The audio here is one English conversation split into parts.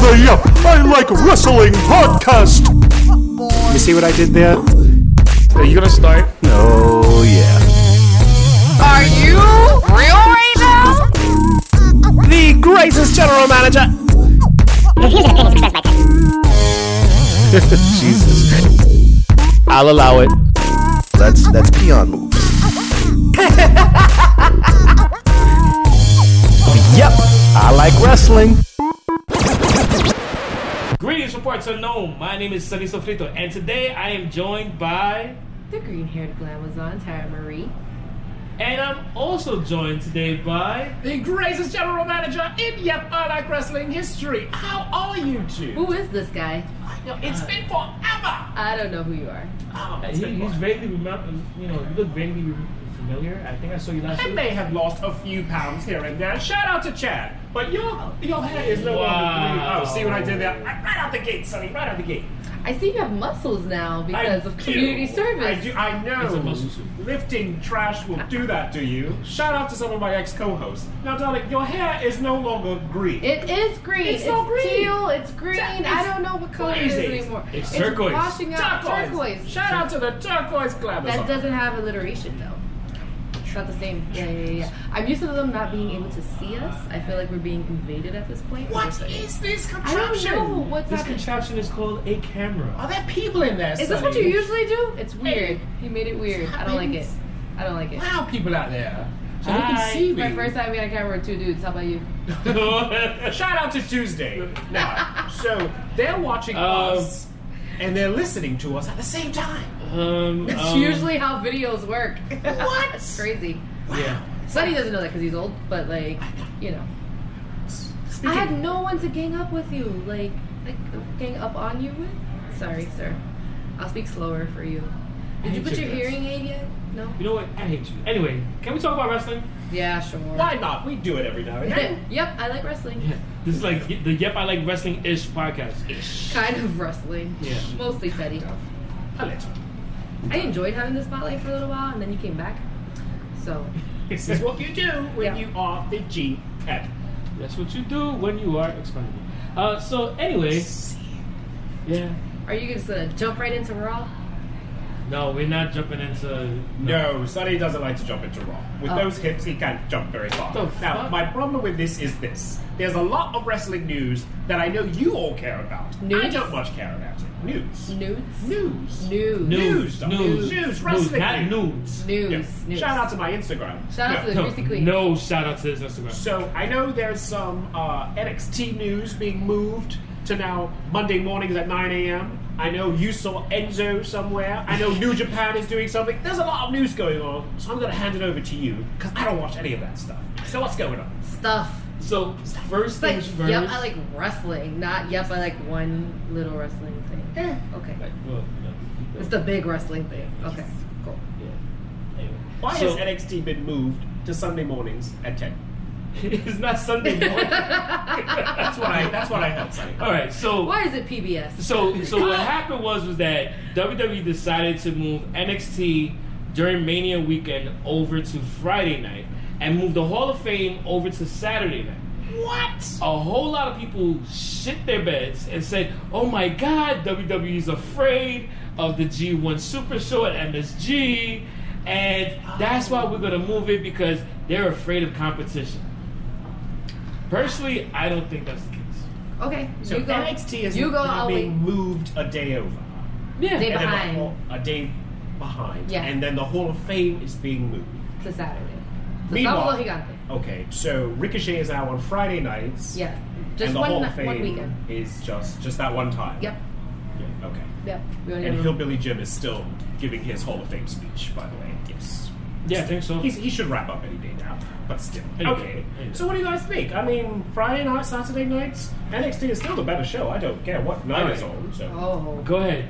Hurry up! I like wrestling podcast! You see what I did there? Are you gonna start? Oh, yeah. Are you real right now? The greatest general manager. Jesus. I'll allow it. That's that's peon moves. Yep, I like wrestling. Greetings from parts unknown. My name is Sunny Sofrito, and today I am joined by, The green haired glamazon, Tara Marie. and I'm also joined today by. The greatest general manager in Yep I Like Wrestling history. How are you two? Who is this guy? It's been forever. I don't know who you are. Oh, He, it's been he's forever. vaguely remember, you know, you look vaguely re- familiar. I think I saw you last I week. may have lost a few pounds here and there. Shout out to Chad. But your your hair is no longer green. Wow. Oh, see what I did there? Right right out the gate, Sonny. Right out the gate. I see you have muscles now because I of community do. service. I, do, I know. a muscle suit. Lifting trash will do that to you. Shout out to some of my ex co hosts. Now, darling, your hair is no longer green. It is green. It's It's, not green. teal. It's green. That I is don't know what color it crazy. is anymore. It's turquoise. washing out turquoise. Shout out to the turquoise glamour. That doesn't have alliteration though. It's not the same. Yeah, yeah, yeah, yeah. I'm used to them not being able to see us. I feel like we're being invaded at this point. What We're saying- is this I don't contraption? know what's This happening. contraption is called a camera. Are there people in there? Is this what you usually do? It's weird. He made it weird. I don't like it. happens. I don't like it. Wow, people out there. So you Hi. can see It's my me. first time being on camera with two dudes. How about you? Shout out to Tuesday. Now, so they're watching Um, us and they're listening to us at the same time. um, It's um, usually how videos work. What? That's crazy. Yeah. Sonny doesn't know that because he's old, but like, you know. I had no one to gang up with you, like, like gang up on you with. Sorry, sir. I'll speak slower for you. Did you hate put your cigarettes. hearing aid yet? No. You know what? I hate you. Anyway, can we talk about wrestling? Yeah, sure. Why not? We do it every now and then. yep, I like wrestling. This is like the Yep I Like Wrestling ish podcast. Ish. Kind of wrestling. Yeah. Mostly Teddy. A little. I enjoyed having the spotlight for a little while, and then you came back. So This is what you do when Yeah. you are the G pet. That's what you do when you are expendable. Uh, so anyway, yeah. Are you just gonna jump right into Raw? No, we're not jumping into. No, Sonny doesn't like to jump into Raw. With Oh. those hips, he can't jump very far. The now, fuck? my problem with this is this. There's a lot of wrestling news that I know you all care about. I News? don't much care about it. News. Nudes. News. Nudes. News, Nudes, dog. nudes, News, wrestling not nudes. news. News. Yeah. News. Shout out to my Instagram. Shout out Yeah. to the No, Greasy Queen. no shout out to his Instagram. So I know there's some uh, NXT news being moved to now Monday mornings at 9 a.m. I know you saw Enzo somewhere. I know New Japan is doing something. There's a lot of news going on, so I'm going to hand it over to you because I don't watch any of that stuff. So what's going on? Stuff. So first It's like, things first. yep, I like wrestling. Not, yep, I like one little wrestling thing. Eh, okay. Like, well, no, It's the big wrestling thing. Okay, cool. yeah. Anyway. Why so, has NXT been moved to Sunday mornings at 10? it's not Sunday morning. That's what I. That's what I heard. Sonny. All right. So Why is it PBS? So, so what happened was was that WWE decided to move NXT during Mania weekend over to Friday night and move the Hall of Fame over to Saturday night. What? A whole lot of people shit their beds and said, "Oh my God, WWE is afraid of the G1 Super Show at MSG, and that's why we're gonna move it because they're afraid of competition." Personally, I don't think that's the case. Okay, So you go. NXT is you go. now I'll being wait. moved a day over. Yeah, They- And then Behind. the Hall- a day behind. Yeah. And then the Hall of Fame is being moved. to Saturday. To Meanwhile- Sábado Gigante. Okay, so Ricochet is out on Friday nights. Yeah, just and the one Hall ni- of Fame one weekend. is just just that one time. Yep, Yeah, Okay. yep. We only And have- Hillbilly Jim is still giving his Hall of Fame speech, by the way. Yes. Mm-hmm. yeah, I think so. He's, he should wrap up any day now, but still. Anyway, Okay. anyway. So what do you guys think? I mean, Friday night, Saturday nights, NXT is still the better show. I don't care what night it's Alright. on. So. Oh Go ahead.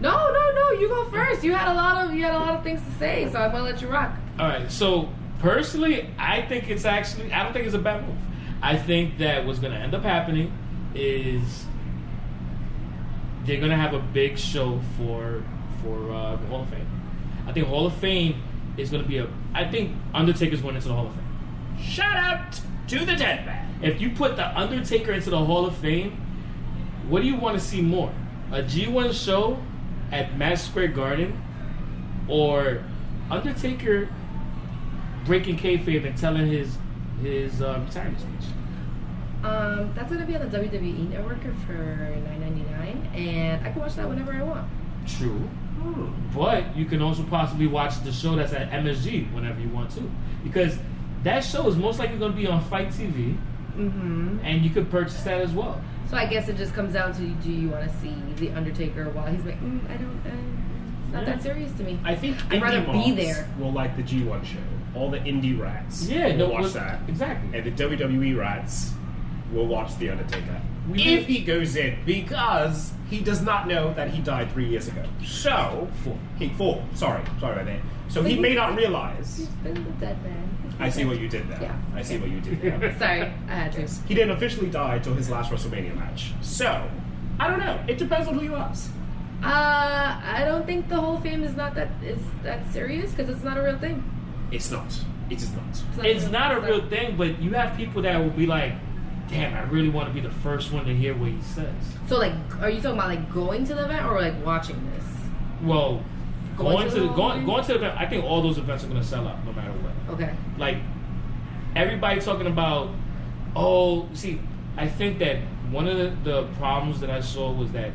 no, no, no! You go first. You had a lot of you had a lot of things to say, so I'm gonna let you rock. All right. So personally, I think it's actually I don't think it's a bad move. I think that what's going to end up happening is they're going to have a big show for for uh, the Hall of Fame. I think Hall of Fame is going to be a. I think Undertaker's going into the Hall of Fame. Oh. Shout out to the dead man. If you put the Undertaker into the Hall of Fame, What do you want to see more? A G1 show at Madison Square Garden or Undertaker breaking kayfabe and telling his his uh, retirement speech? Um, that's gonna be on the WWE network for nine ninety nine, and I can watch that whenever I want. True. But you can also possibly watch the show that's at MSG whenever you want to. Because that show is most likely going to be on Fight TV, hmm and you could purchase that as well. So I guess it just comes down to do you want to see the Undertaker while he's like, mm, I don't, uh, it's not Yeah. that serious to me. I think I'd rather indie be mobs there. will like the G1 show. All the indie rats Yeah, will no, watch was- that. exactly. And the WWE rats will watch The Undertaker. We if may- he goes in, because he does not know that he died three years ago. So, Four. he, four, sorry, sorry about that. So he may not realize. He's been the dead man. I see what you did there. Yeah. I see what you did there. Sorry, I had to. he didn't officially die till his last WrestleMania match. So, I don't know. It depends on who you ask. Uh, I don't think the whole fame is not that is that serious because it's not a real thing. It's not. It is not. It's not a it's real thing, but you have people that will be like, damn, I really want to be the first one to hear what he says. So like, are you talking about like going to the event or like watching this? Well, Going going, to to, the the, going, event? going to the event, I think all those events are going to sell out no matter what. Okay. like everybody talking about oh see i think that one of the, the problems that i saw was that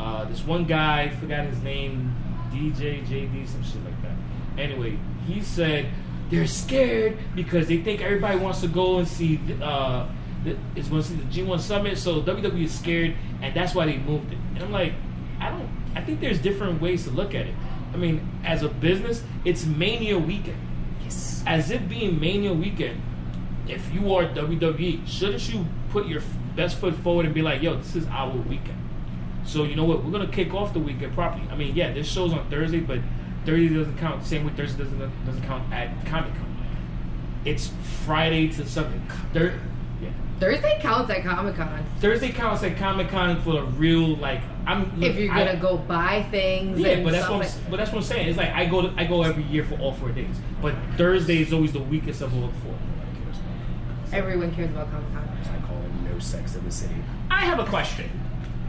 uh, this one guy I forgot his name dj jd some shit like that anyway he said they're scared because they think everybody wants to go and see the, uh, the, is going to see the g1 summit so wwe is scared and that's why they moved it and i'm like i don't i think there's different ways to look at it i mean as a business it's mania weekend Yes. as it being Mania weekend, if you are WWE, shouldn't you put your f- best foot forward and be like, yo, this is our weekend? So you know what? We're gonna kick off the weekend properly. I mean, yeah, this show's on Thursday, but Thursday doesn't count. Same way Thursday doesn't doesn't count at Comic Con. It's Friday to Sunday. Thir- yeah. Thursday counts at Comic Con. Thursday counts at Comic Con for a real like. I'm If you're I- gonna go buy things, yeah, and but that's stuff what I'm, like- s- but that's what I'm saying. It's like I go to, I go every year for all four days, but Thursday is always the weakest of all four. everyone cares about Comic Con. I call it no sex in the city. I have a question.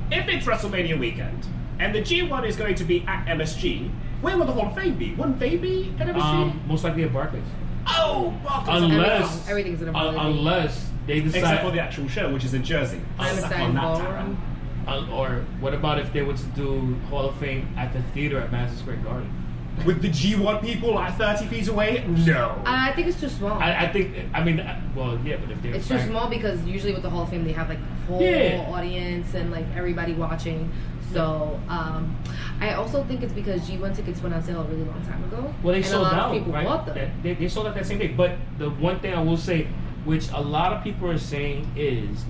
If it's WrestleMania weekend and the G1 is going to be at MSG, where will the Hall of Fame be? Wouldn't they be at MSG? Um, most likely at Barclays, oh, Barclays. Everything- unless everything's in a un- Barclays. unless they decide. Except for the actual show, which is in Jersey. I'm Suck excited on that ballroom. Tara. uh, or what about if they were to do Hall of Fame at the theater at Madison Square Garden? With the G1 people like 30 feet away? No. Uh, I think it's too small. I, I think. I mean, uh, well, yeah, but if they It's too small because usually with the Hall of Fame they have like the whole Yeah. audience and like everybody watching. So um, I also think it's because G1 tickets went on sale a really long time ago. Well, they and sold a lot out. of people right? bought them. That- They, they sold out that same day. But the one thing I will say, which a lot of people are saying, is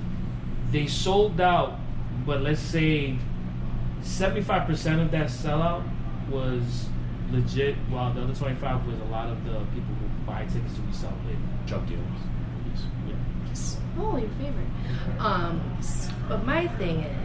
they sold out, but let's say 75% of that sellout was legit, while the other 25 was a lot of the people who buy tickets to resell later. Drug dealers. Yeah. Oh, your favorite. Um, but my thing is,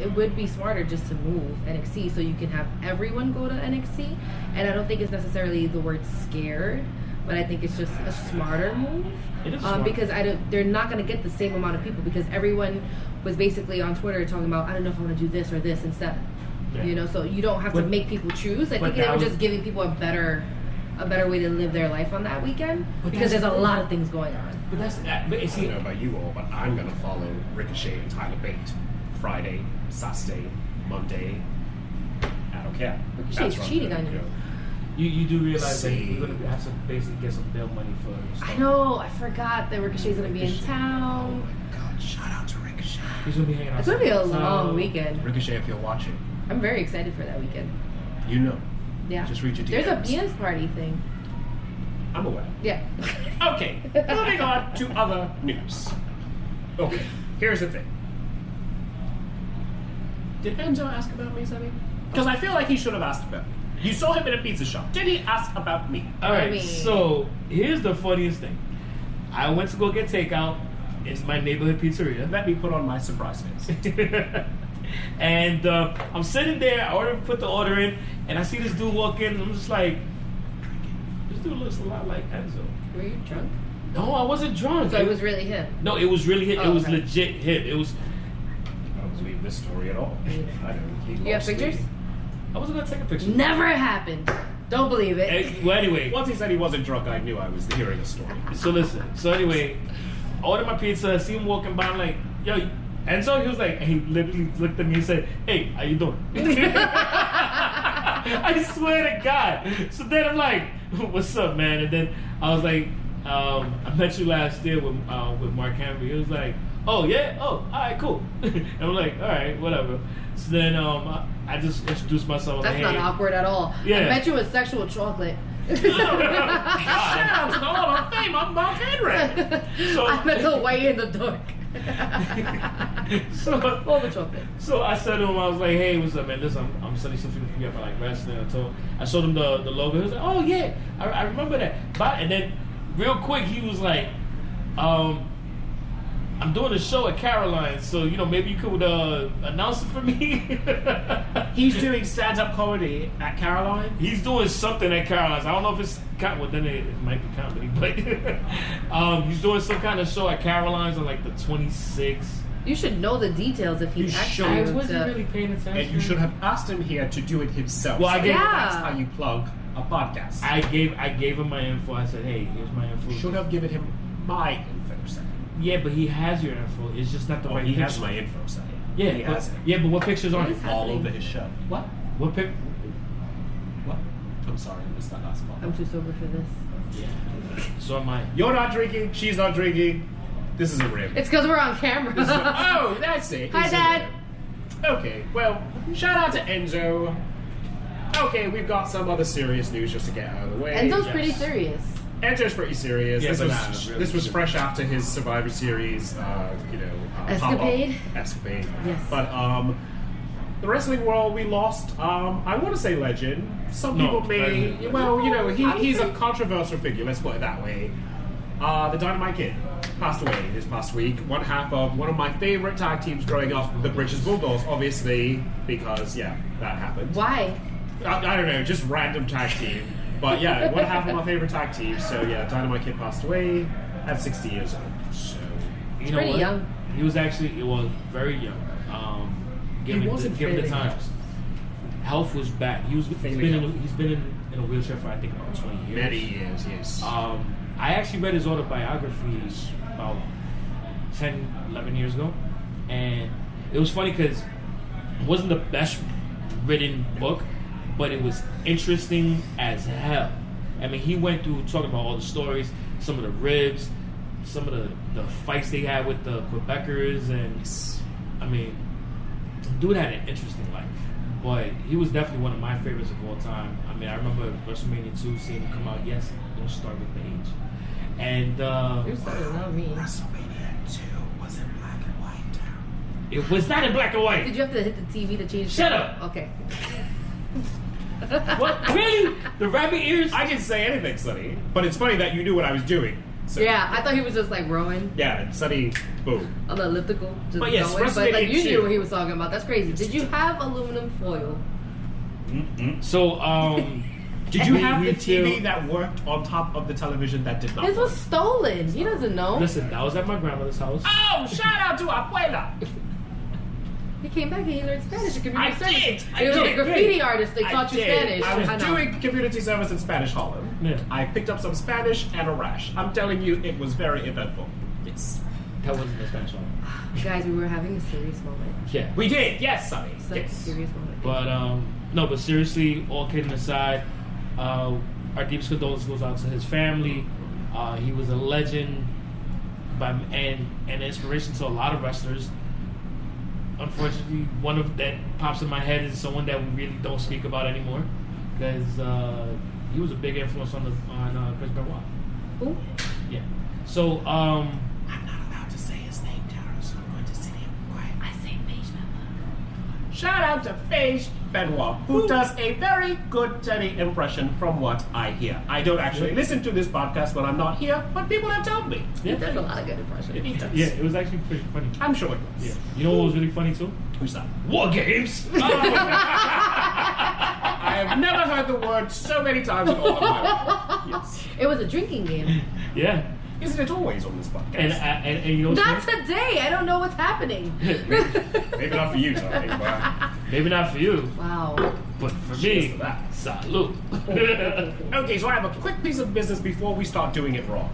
it would be smarter just to move NXT so you can have everyone go to NXT. And I don't think it's necessarily the word scared, but I think it's just a smarter move. It is um, smart. because I don't, they're not going to get the same amount of people because everyone was basically on Twitter talking about I don't know if I want to do this or this instead. Yeah. You know, so you don't have to But- make people choose. I but think they that were was- just giving people a better, a better way to live their life on that weekend But because there's that's- a lot of things going on. But that's, uh, but I don't see, know about you all, but I'm going to follow Ricochet and Tyler Bate Friday, Saturday, Monday. I don't care. Ricochet's That's what I'm cheating gonna on you. do. you, you do realize that See. you're going to have to basically get some bail money for I know. I forgot that Ricochet's gonna be in Ricochet. town. Oh God, shout out to Ricochet. He's going to be hanging out. It's gonna be a So- Um, long weekend. Ricochet, if you're watching, I'm very excited for that weekend. you know. Yeah. Just read your There's a DMs. dance party thing. I'm aware. Yeah. Okay, moving on to other news. Okay, here's the thing. Did Enzo ask about me, Sammy? Because I feel like he should have asked about me. You saw him in a pizza shop. Did he ask about me? All right, I mean- so here's the funniest thing. I went to go get takeout. It's my neighborhood pizzeria. Let me put on my surprise face. and uh, I'm sitting there. I ordered, put the order in, and I see this dude walk in. And I'm just like, this dude looks a lot like Enzo. Were you drunk? No, I wasn't drunk. So it was really him. no, it was really him. Oh, it was okay. legit him. It was in this story at all. I don't. he You have lost me. pictures? I wasn't gonna take a picture. Never happened. Don't believe it. Eh, well, anyway, Once he said he wasn't drunk, I knew I was hearing a story. so listen. So anyway, I ordered my pizza. I see him walking by. I'm like, yo. And so he was like, and he literally looked at me and said, "Hey, how you doing?" I swear to God. So then I'm like, "What's up, man?" And then I was like, um, "I met you last year with uh, with Mark Henry." He was like, "Oh yeah, oh, all right, cool." and I'm like, "All right, whatever." So then um, I, I just introduced myself. That's like, not "Hey." awkward at all. I Yeah. bet you it's sexual chocolate. Oh, Oh, Shout out to the Hall of Fame, I'm Mark Henry. So- I met the way in the dark. So All the chocolate. So I said to him, I was like, hey, what's up, man? Listen, I'm, I'm studying something from you about like wrestling and talk. I showed him the, the logo. He was like, oh, yeah, I, I remember that. But, and then real quick, he was like, um, I'm doing a show at Caroline, so, you know, maybe you could uh, announce it for me. He's doing stand-up comedy at Caroline. He's doing something at Caroline's. I don't know if it's com- well, then it, it might be comedy, but um, he's doing some kind of show at Caroline's on like the 26th. You should know the details if he You should. actually I owns a- paying attention. And you should have asked him here to do it himself. Well, I So gave- that's Yeah. how you plug a podcast. I gave I gave him my info. I said, "Hey, here's my info." should have given him my info set. Yeah, but he has your info. It's just not the Oh, right he picture. has my info set. yeah, he but, has it. yeah, but what pictures What on is it? All happening? over his show. What? What pic? What? I'm sorry, I missed that last part. I'm too sober for this. Yeah. So am I. You're not drinking. She's not drinking. This is a rib. It's because we're on camera. This is a- oh, that's it. Hi, It's a Dad. rib. Okay, well, shout out to Enzo. Okay, we've got some other serious news just to get out of the way. Enzo's Yes. pretty serious. Enzo's pretty serious. Yeah, this but was not really this was serious. fresh after his Survivor Series, uh, you know, uh, Escapade? pop-up Escapade. Yes. But um, the wrestling world, we lost. Um, I want to say legend. Some No, people may, legend. well, you know, he, I would he's a say- controversial figure. Let's put it that way. Uh, the Dynamite Kid passed away this past week. One half of one of my favorite tag teams growing up, the British Bulldogs, obviously, because yeah, that happened. Why? I, I don't know, just random tag team. But yeah, one half of my favorite tag team. So yeah, Dynamite Kid passed away at 60 years old. So You pretty young. He was actually he was very young. Um, given wasn't the, given the failing. times, health was bad. He was he's been Failing in, health. a- he's been in, in a wheelchair for I think about twenty years. many years, yes. Um, I actually read his autobiographies about 10, 11 years ago. And it was funny because it wasn't the best written book, but it was interesting as hell. I mean, he went through talking about all the stories, some of the ribs, some of the, the fights they had with the Quebecers. And I mean, dude had an interesting life. But he was definitely one of my favorites of all time. I mean, I remember WrestleMania 2 seeing him come out, yes, don't start with the age. And uh, You're starting, not me. WrestleMania 2 was in black and white. it was not in black and white. Did you have to hit the TV to change? Shut channel? up. Okay. What? Really? The rabbit ears? I didn't say anything, Sonny. But it's funny that you knew what I was doing. So Yeah, I thought he was just like rowing Yeah, Sonny, boom. on the elliptical, just But yes, going. But like WrestleMania you knew two. what he was talking about. That's crazy. Did you have aluminum foil? so, um. Did you we- have we the TV feel- that worked on top of the television that did not? His work? was stolen. He doesn't know. Listen, that was at my grandmother's house. Oh, shout out to Abuela. He came back and he learned Spanish. It could be I Spanish. did. I It was did. a graffiti artist. They I taught you Spanish. did. I was know. doing community service in Spanish Harlem. Yeah. I picked up some Spanish and a rash. I'm telling you, it was very eventful. Yes. That wasn't the Spanish one. Guys, we were having a serious moment. Yeah. We did, yes, Sonny. Such a yes. serious moment. But, um. No, but seriously, all kidding aside, uh, our deepest condolences goes out to his family. Uh, he was a legend by, and an inspiration to a lot of wrestlers. Unfortunately, one of that pops in my head is someone that we really don't speak about anymore because uh, he was a big influence on the on uh, Chris Benoit. Ooh. Yeah. So, um, Shout out to Paige Benoit, who does a very good Teddy impression from what I hear. I don't actually listen to this podcast when I'm not here, but people have told me. yeah, That's a lot of good impression. He does. yeah, it was actually pretty funny. I'm sure it was. Yeah. You know what was really funny too? Who's that? War games. I have never heard the word so many times in all of my life. Yes. It was a drinking game. yeah. Isn't it always on this podcast? And, uh, I, and, and you know what's Not funny? today. I don't know what's happening. Maybe not for you, Tony, but Maybe not for you, wow. but for cheers to me, that. salute. Okay, so I have a quick piece of business before we start doing it wrong.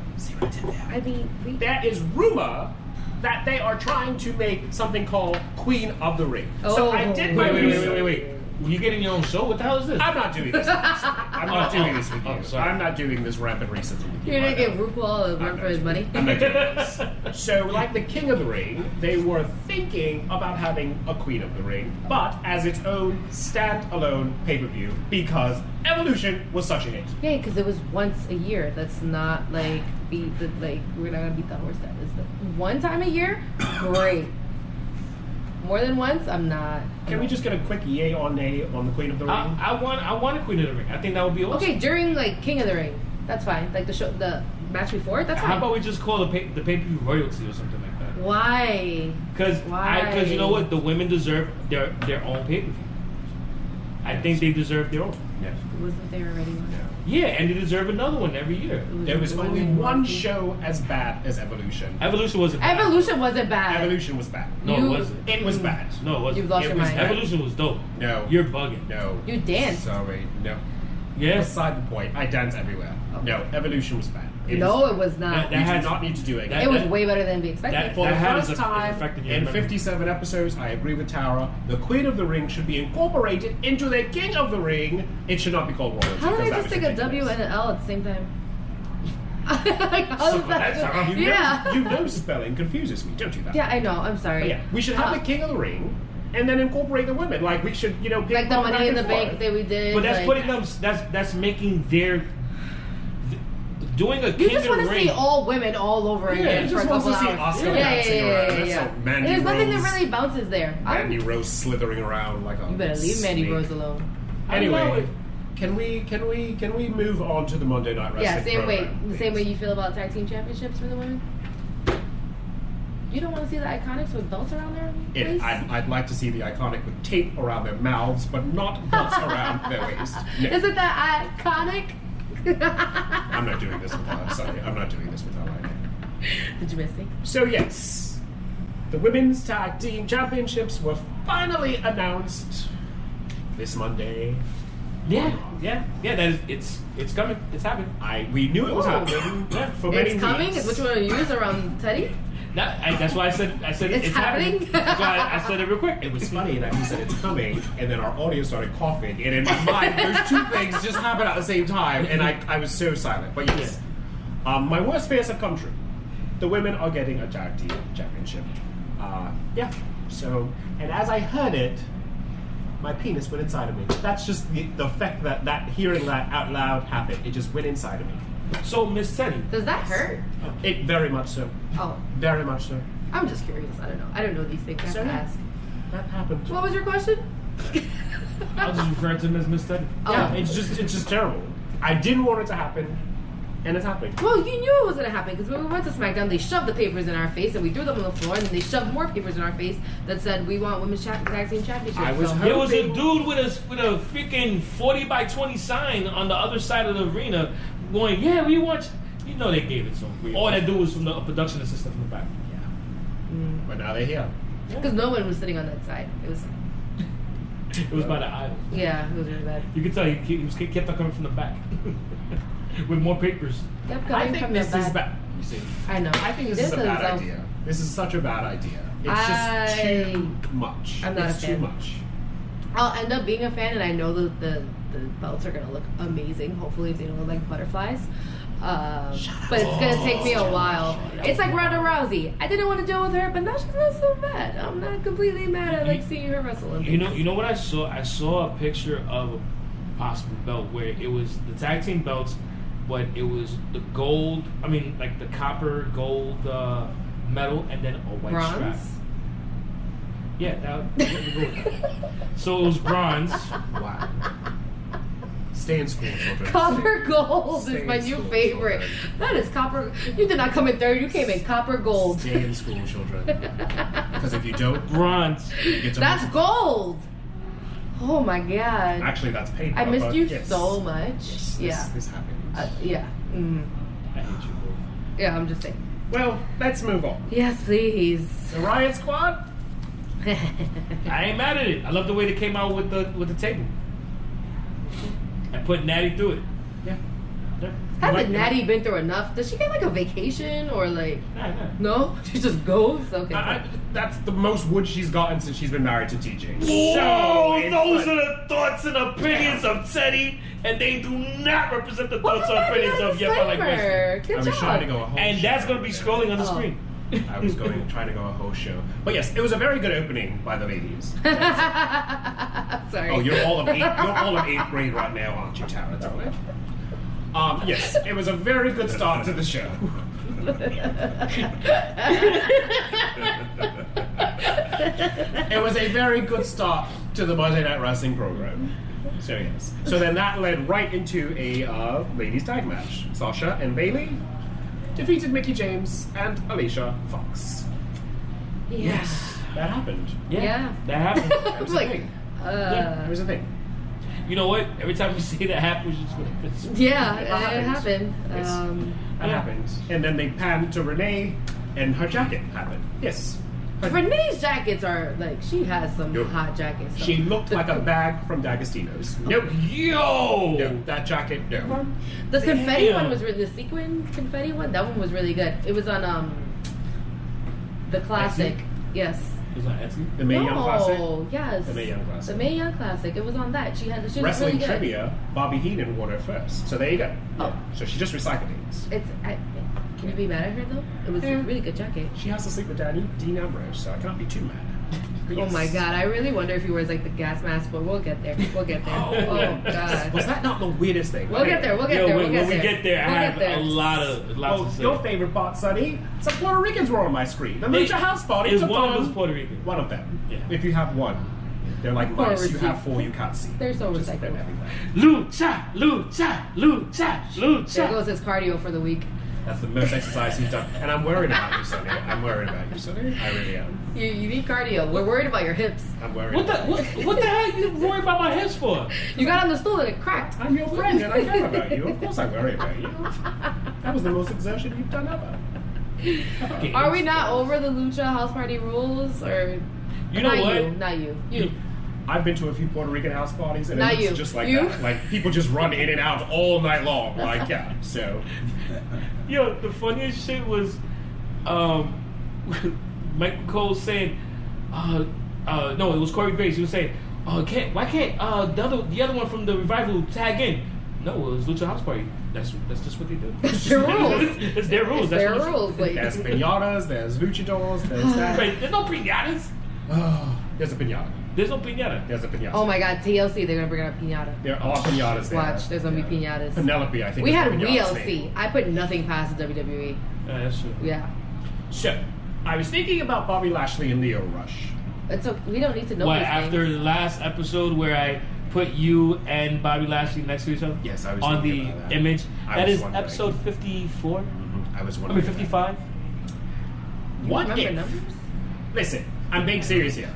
I mean, we, There is rumor that they are trying to make something called Queen of the Ring. So Oh. I did wait, my wait, wait, research. wait, wait, wait. You getting your own show? What the hell is this? I'm not doing this. with you. I'm not doing this with you. Oh, oh, sorry. I'm not doing this rampant research with you. you're gonna right get now. RuPaul a run for his money. I'm not doing this. So, like the King of the Ring, they were thinking about having a Queen of the Ring, but as its own standalone pay-per-view because Evolution was such a hit. Yeah, because it was once a year. That's not like beat the like we're not gonna beat the horse. That is the one time a year. Great. More than once, I'm not. Can we just get a quick yay or nay on the Queen of the Ring? Uh, I, I want I want a Queen of the Ring. I think that would be awesome. Okay, during like King of the Ring, that's fine. Like the show, the match before, that's fine. How about we just call the pay, the pay per view royalty or something like that? Why? Because because you know Why? what, the women deserve their their own pay per view. I think they deserve their own. yes. Wasn't there already one? Yeah, and they deserve another one every year. It There was only in one Rocky. show as bad as Uh, Evolution. Evolution wasn't. bad. Evolution wasn't bad. Evolution was bad. No, You- it wasn't. It was bad. No, it wasn't. You've lost It your was- mind. Evolution was dope. No. You're bugging. No. You danced. Sorry. No. Yes. Beside the point. I dance everywhere. Okay. No, Evolution was bad. It Oh. no, is- it was not. That- You that- do has- not need to do it again. it was that- way better than we expected. That, For that the had first as a- time affected your in memory. 57 episodes, I agree with Tara. The Queen of the Ring should be incorporated into the King of the Ring. It should not be called royalty. How did I because just that take was a W ridiculous. and an L at the same time? like, how is That's how Oh, that? you know, Yeah. you know spelling confuses me, don't you? That Yeah, I know. I'm sorry. But yeah, we should have Uh, the King of the Ring, and then incorporate the women. Like we should, you know, pick like the them back money in the and bank forth. that we did. But that's like, putting them. That's that's making their th- doing a You King just of want the to Ring. see all women all over Yeah, again you for a just want couple to see hours. Oscar yeah, yeah, dancing yeah, around. yeah, That's yeah. so Mandy There's nothing that Rose. really bounces there. I- Mandy Rose slithering around like a. you better leave Mandy snake. Rose alone. I know Anyway, it. can we can we can we move on to the Monday Night Wrestling? Yeah, same way. program, The same way please? you feel about tag team championships for the women. You don't want to see the iconics with belts around their It, waist. I'd, I'd like to see the iconic with tape around their mouths, but not belts around their waist. No, Isn't that iconic? I'm not doing this without. Sorry, I'm not doing this without. Idea. Did you miss me? So yes, the women's tag team championships were finally announced this Monday. Yeah, yeah, yeah. That is, it's it's coming. It's happening. I we knew it was Ooh. happening yeah, for many It's coming. weeks. Which one are you use around Teddy? That, I, that's why I said I said It's it's happening. happening. That's why I, I said it real quick. It was funny that he said it's coming, and then our audience started coughing, and in my mind, those two things just happened at the same time, and I, I was so silent. But yes, um, my worst fears have come true. The women are getting a tag team championship. Uh, yeah. So, and as I heard it, my penis went inside of me. That's just the, the effect that that hearing that out loud happened. It just went inside of me. So Miss Teddy, Does that hurt? It very much so. Oh, Very much so. I'm just curious. I don't know. I don't know these things. I have So, to yeah. ask. That happened. What was your question? I was just referring to him as Miss Teddy. Oh. Yeah, it's just it's just terrible. I didn't want it to happen, and it's happening. Well, you knew it was gonna happen because when we went to SmackDown, they shoved the papers in our face and we threw them on the floor, and then they shoved more papers in our face that said we want women's cha- tag team championship. I was So- hurt. There was a dude with a with a freaking forty by twenty sign on the other side of the arena, going, "Yeah, we want." You know they gave it to him. All that dude was from the production assistant from the back. Mm. But now they're here. Because no one was sitting on that side. It was, It was by the aisle. yeah, it was really bad. You could tell he, he was kept on coming from the back with more papers. Yep, I coming think from this the is back. bad. You see, I know. I think this, is a doesn't bad sound- idea. This is such a bad idea. It's just I- too much. I'm not it's a too fan. much. I'll end up being a fan, and I know the the, the belts are gonna look amazing. Hopefully, if they don't look like butterflies. Um, but it's gonna take me a while. It's like Ronda Rousey. I didn't want to deal with her, but now she's not so bad. I'm not completely mad at like seeing her wrestle. and You know, you know what I saw? I saw a picture of a possible belt where it was the tag team belts, but it was the gold. I mean, like the copper gold uh, medal, and then a white strap. bronze. Yeah, that, we can go with that. So it was bronze. Wow. Stay in school, children. Copper gold Stay is my in new school, favorite. children. That is copper. You did not come in third. You came in copper gold. Stay in school, children. Because if you don't, Bronze. you get to That's gold. Oh my god. actually that's paper. I missed but you yes. so much. Yes, this, yeah. This happened. Uh, yeah. Mm. I hate you, bro. Yeah, I'm just saying. Well, let's move on. Yes, please. The Riot Squad? I ain't mad at it. I love the way they came out with the with the table. I put Natty through it. Yeah. yeah. Hasn't Natty been through enough? Does she get like a vacation or like? Nah, nah. No, she just goes. Okay. I, I, that's the most wood she's gotten since she's been married to TJ. Whoa, Oh, it's those are like- the thoughts and opinions of Teddy, and they do not represent oh, the Well, thoughts and put that in opinions the of Yep, I like Wrestling. disclaimer. Good I job. was trying to go a whole And that's show going to be there. scrolling on the Oh. screen. I was going trying to go a whole show. But yes, it was a very good opening by the ladies. Sorry. Oh, you're all of eight. You're all of eighth grade right now, aren't you, Tara? That's right. Um, yes, it was a very good start to the show. it was a very good start to the Monday Night Wrestling program. So yes. So then that led right into a uh, ladies tag match. Sasha and Bailey defeated Mickey James and Alicia Fox. Yeah. That happened. Yeah. That happened. That was Like, a thing. Uh, yeah, yeah. it was a thing. you know what? Every time you see that happen, it's just like this. It it happened. happened. Yes. Um, That happened. And then they panned to Renee, and her jacket happened. Yes. Her- Renee's jackets are like she has some Yo. hot jackets. so- she looked like a bag from D'Agostino's. Nope. Yo! No, that jacket, no. The confetti Damn. one was really the sequin confetti one. That one was really good. It was on um the classic. Yes. It's on Etsy. The Mae no. Young Classic. Yes. The Mae Young Classic. The Mae Young Classic. It was on that. She had. She was Wrestling really good. trivia, Bobby Heenan won her first. So there you go. Oh. So she just recycled these. It's. I, can you be mad at her though? It was Yeah. a really good jacket. She has to sleep with Danny Dean Ambrose, so I can't be too mad. Oh Yes. my god! I really wonder if he wears like the gas mask, but we'll get there. We'll get there. Oh. oh god. Was that not the weirdest thing? We'll get there. We'll get Yo, there. when, We'll get when we there. get there, We'll I get have there. a lot of lots Oh, to say. your favorite part, Sonny. Some Puerto Ricans were on my screen. The They- major house party. is took one on- of us Puerto Rican. One of them. Yeah. If you have one, they're like Or a mice. You receipt. have four, you can't see. They're so Just recyclable. them everywhere. Lucha, lucha, lucha, There lucha. goes his cardio for the week. That's the most exercise you've done. And I'm worried about you, Sonny. I'm worried about you, Sonny. I really am. You, you need cardio. We're worried about your hips. I'm worried. What the about what, what the hell you worry about my hips for? You got on the stool and it cracked. you. I'm your friend and I care about you. Of course I worry about you. That was the most exertion you've done ever. Okay. Are we not over the lucha house party rules? Or You know not what? You, not you. You. I've been to a few Puerto Rican house parties and Not it's you. just like You? that. Like people just run in and out all night long. Like yeah. So Yo, the funniest shit was um, Michael Cole saying, uh, uh, no, it was Corey Graves. He was saying, uh, can't, why can't uh, the other the other one from the revival tag in? No, it was Lucha House Party. That's that's just what they do. It's their rules. it's their rules. It's that's their what rules. Like, there's pinatas, there's luchadors, there's that. Wait, there's no pinatas. Oh, there's a pinata. There's no pinata. There's a pinata. oh my god, TLC, they're gonna bring out pinata. There are pinatas there. Watch, there's gonna be pinatas. Penelope, I think. We is had the pinata's WLC. name. I put nothing past WWE. Yeah, Uh, that's true. E. Yeah. So, I was thinking about Bobby Lashley and Leo Rush. It's okay. We don't need to know Why these after things. the last episode where I put you and Bobby Lashley next to each other? Yes, I was on the thinking about that. image. I that was is wondering. episode fifty-four. I was I mean wondering. fifty-five. What Remember if? numbers? Listen, I'm being serious here.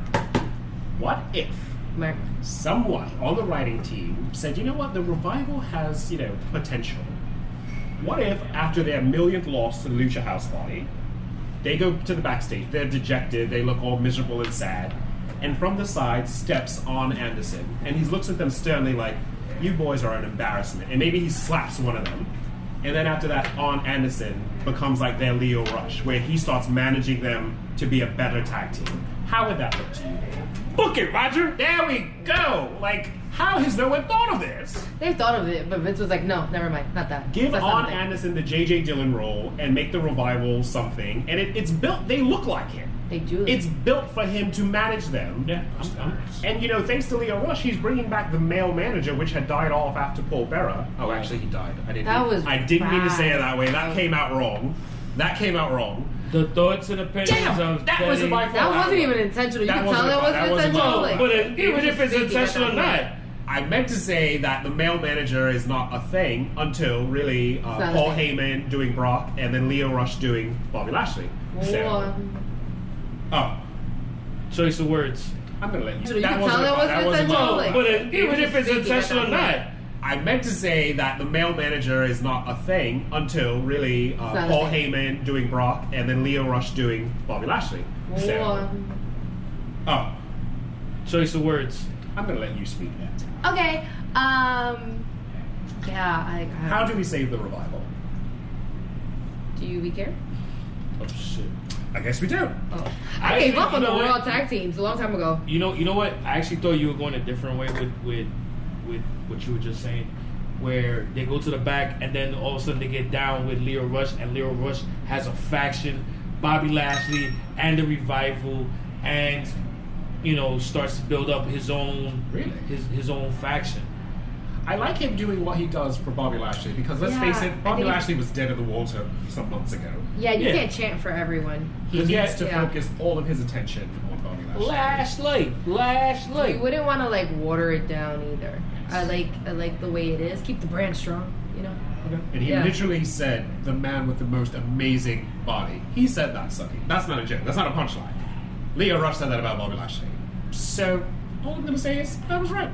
What if Mark. someone on the writing team said, you know what, the revival has, you know, potential. What if after their millionth loss to the Lucha House Party, they go to the backstage, they're dejected, they look all miserable and sad, and from the side steps on Anderson, and he looks at them sternly like, you boys are an embarrassment, and maybe he slaps one of them. And then after that, on Anderson becomes like their Leo Rush, where he starts managing them to be a better tag team. How would that look to you? Book it, Roger. There we go. Like, how has no one thought of this? They thought of it, but Vince was like, no, never mind, not that. Give That's on not a thing. Anderson the J.J. Dillon role and make the revival something. And it, it's built. They look like him. They do. It's built for him to manage them. Yeah, I'm, I'm, And you know, thanks to Leo Rush, he's bringing back the male manager, which had died off after Paul Bearer. Oh, actually, he died. I didn't. That was I didn't mean to say it bad. that way. That came out wrong. That came out wrong. the thoughts and opinions Damn, of that Teddy. wasn't my fault. That wasn't even intentional. You That can wasn't tell that my- wasn't that wasn't my intentional. fault. like, But it, they were even just if it's thinking at intentional or that not, point. I meant to say that the male manager is not a thing until really not uh, a Paul thing. Heyman doing Brock and then Leo Rush doing Bobby Lashley. So, One. oh, choice of words. I'm gonna let So you. you can tell wasn't that about- wasn't that wasn't intentional, about- like- But it, They were even if just it's thinking at intentional or that not, point. I meant to say that the male manager is not a thing until really uh, not a Paul thing. Heyman doing Brock and then Leo Rush doing Bobby Lashley. So- One. oh, Choice of words. I'm going to let you speak next. Okay. Um. Yeah. I, I, How do we save the revival? do you we care? Oh shit. I guess we do. Oh, I, I gave think- up on you the know what? world tag teams a long time ago. You know, you know what? I actually thought you were going a different way with with with what you were just saying, where they go to the back and then all of a sudden they get down with Leo Rush, and Leo Rush has a faction, Bobby Lashley, and the revival, and you know starts to build up his own Really? his his own faction. I like him doing what he does for Bobby Lashley because let's Yeah, face I it, Bobby think- Lashley was dead in the water some months ago. Yeah, you Yeah. can't chant for everyone. He needs Yeah. to Yeah. focus all of his attention on Bobby Lashley. Lashley, Lashley. You wouldn't want to like water it down either. I like I like the way it is. Keep the brand strong. You know. And he Yeah. literally said, "The man with the most amazing body." He said that, Sucky. That's not a joke. That's not a punchline. Leo Rush said that about Bobby Lashley. So all I'm gonna say is I was right.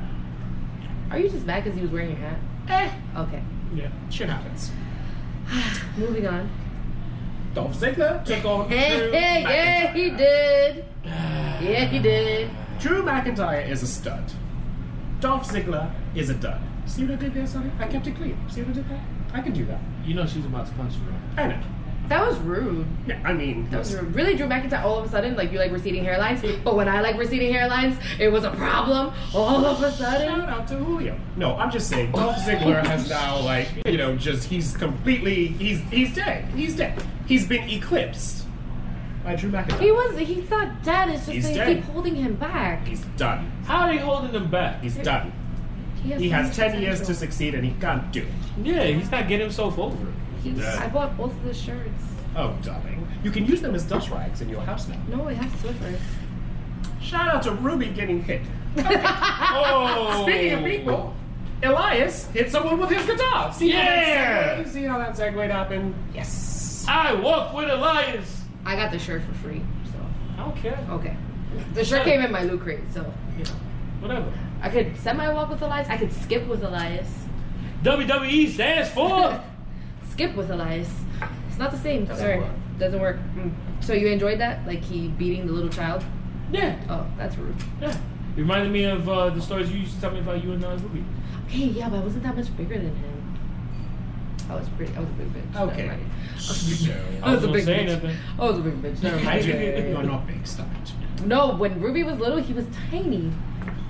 Are you just mad because he was wearing your hat? Eh, Okay. yeah, shit happens. Moving on. Dolph Ziggler took on Drew Hey, hey, yeah, McIntyre. he did. Yeah, he did. Drew McIntyre is a stud. Dolph Ziggler is a dud. See what I did there, Sonny? I kept it clean. See what I did there? I can do that. You know she's about to punch you. Right? I know. That was rude. Yeah, I mean, That was rude. Really, Drew McIntyre. All of a sudden, like you like receding hairlines. But when I like receding hairlines, it was a problem. All of a Shout sudden. out to Julio. No, I'm just saying Dolph Ziggler has now like you know just he's completely he's he's dead. He's dead. He's been eclipsed by Drew McIntyre. He was. He's not dead. It's just He's they dead. keep holding him back. he's done. How are they holding him back? He's done. He so has much ten years to potential. succeed and he can't do it. Yeah, he's not getting himself over. He's- Yeah. I bought both of the shirts. Oh, darling, you can use them as dust rags in your house now. No, I have Swifters. Shout out to Ruby getting hit. Oh, Speaking of people, Elias hit someone with his guitar. See how Yeah. that segued? See how that segued happened? Yes. I walk with Elias. I got the shirt for free, so I don't care. okay. The shirt came in my loot crate, so you know. Whatever. I could semi walk with Elias. I could skip with Elias. WWE E stands for. Skip with Elias. It's not the same. Doesn't Sorry, work. doesn't work. Mm. So you enjoyed that, like he beating the little child? yeah, Oh, that's rude. yeah. It reminded me of uh, the stories you used to tell me about you and uh, Ruby. Okay, yeah, but I wasn't that much bigger than him. I was pretty. I was a big bitch. never Okay. mind. So. I I was a wasn't big saying bitch. nothing. I was a big bitch. Never I mind. do. Yeah, yeah, yeah. You're not big, stop it. No, when Ruby was little, he was tiny.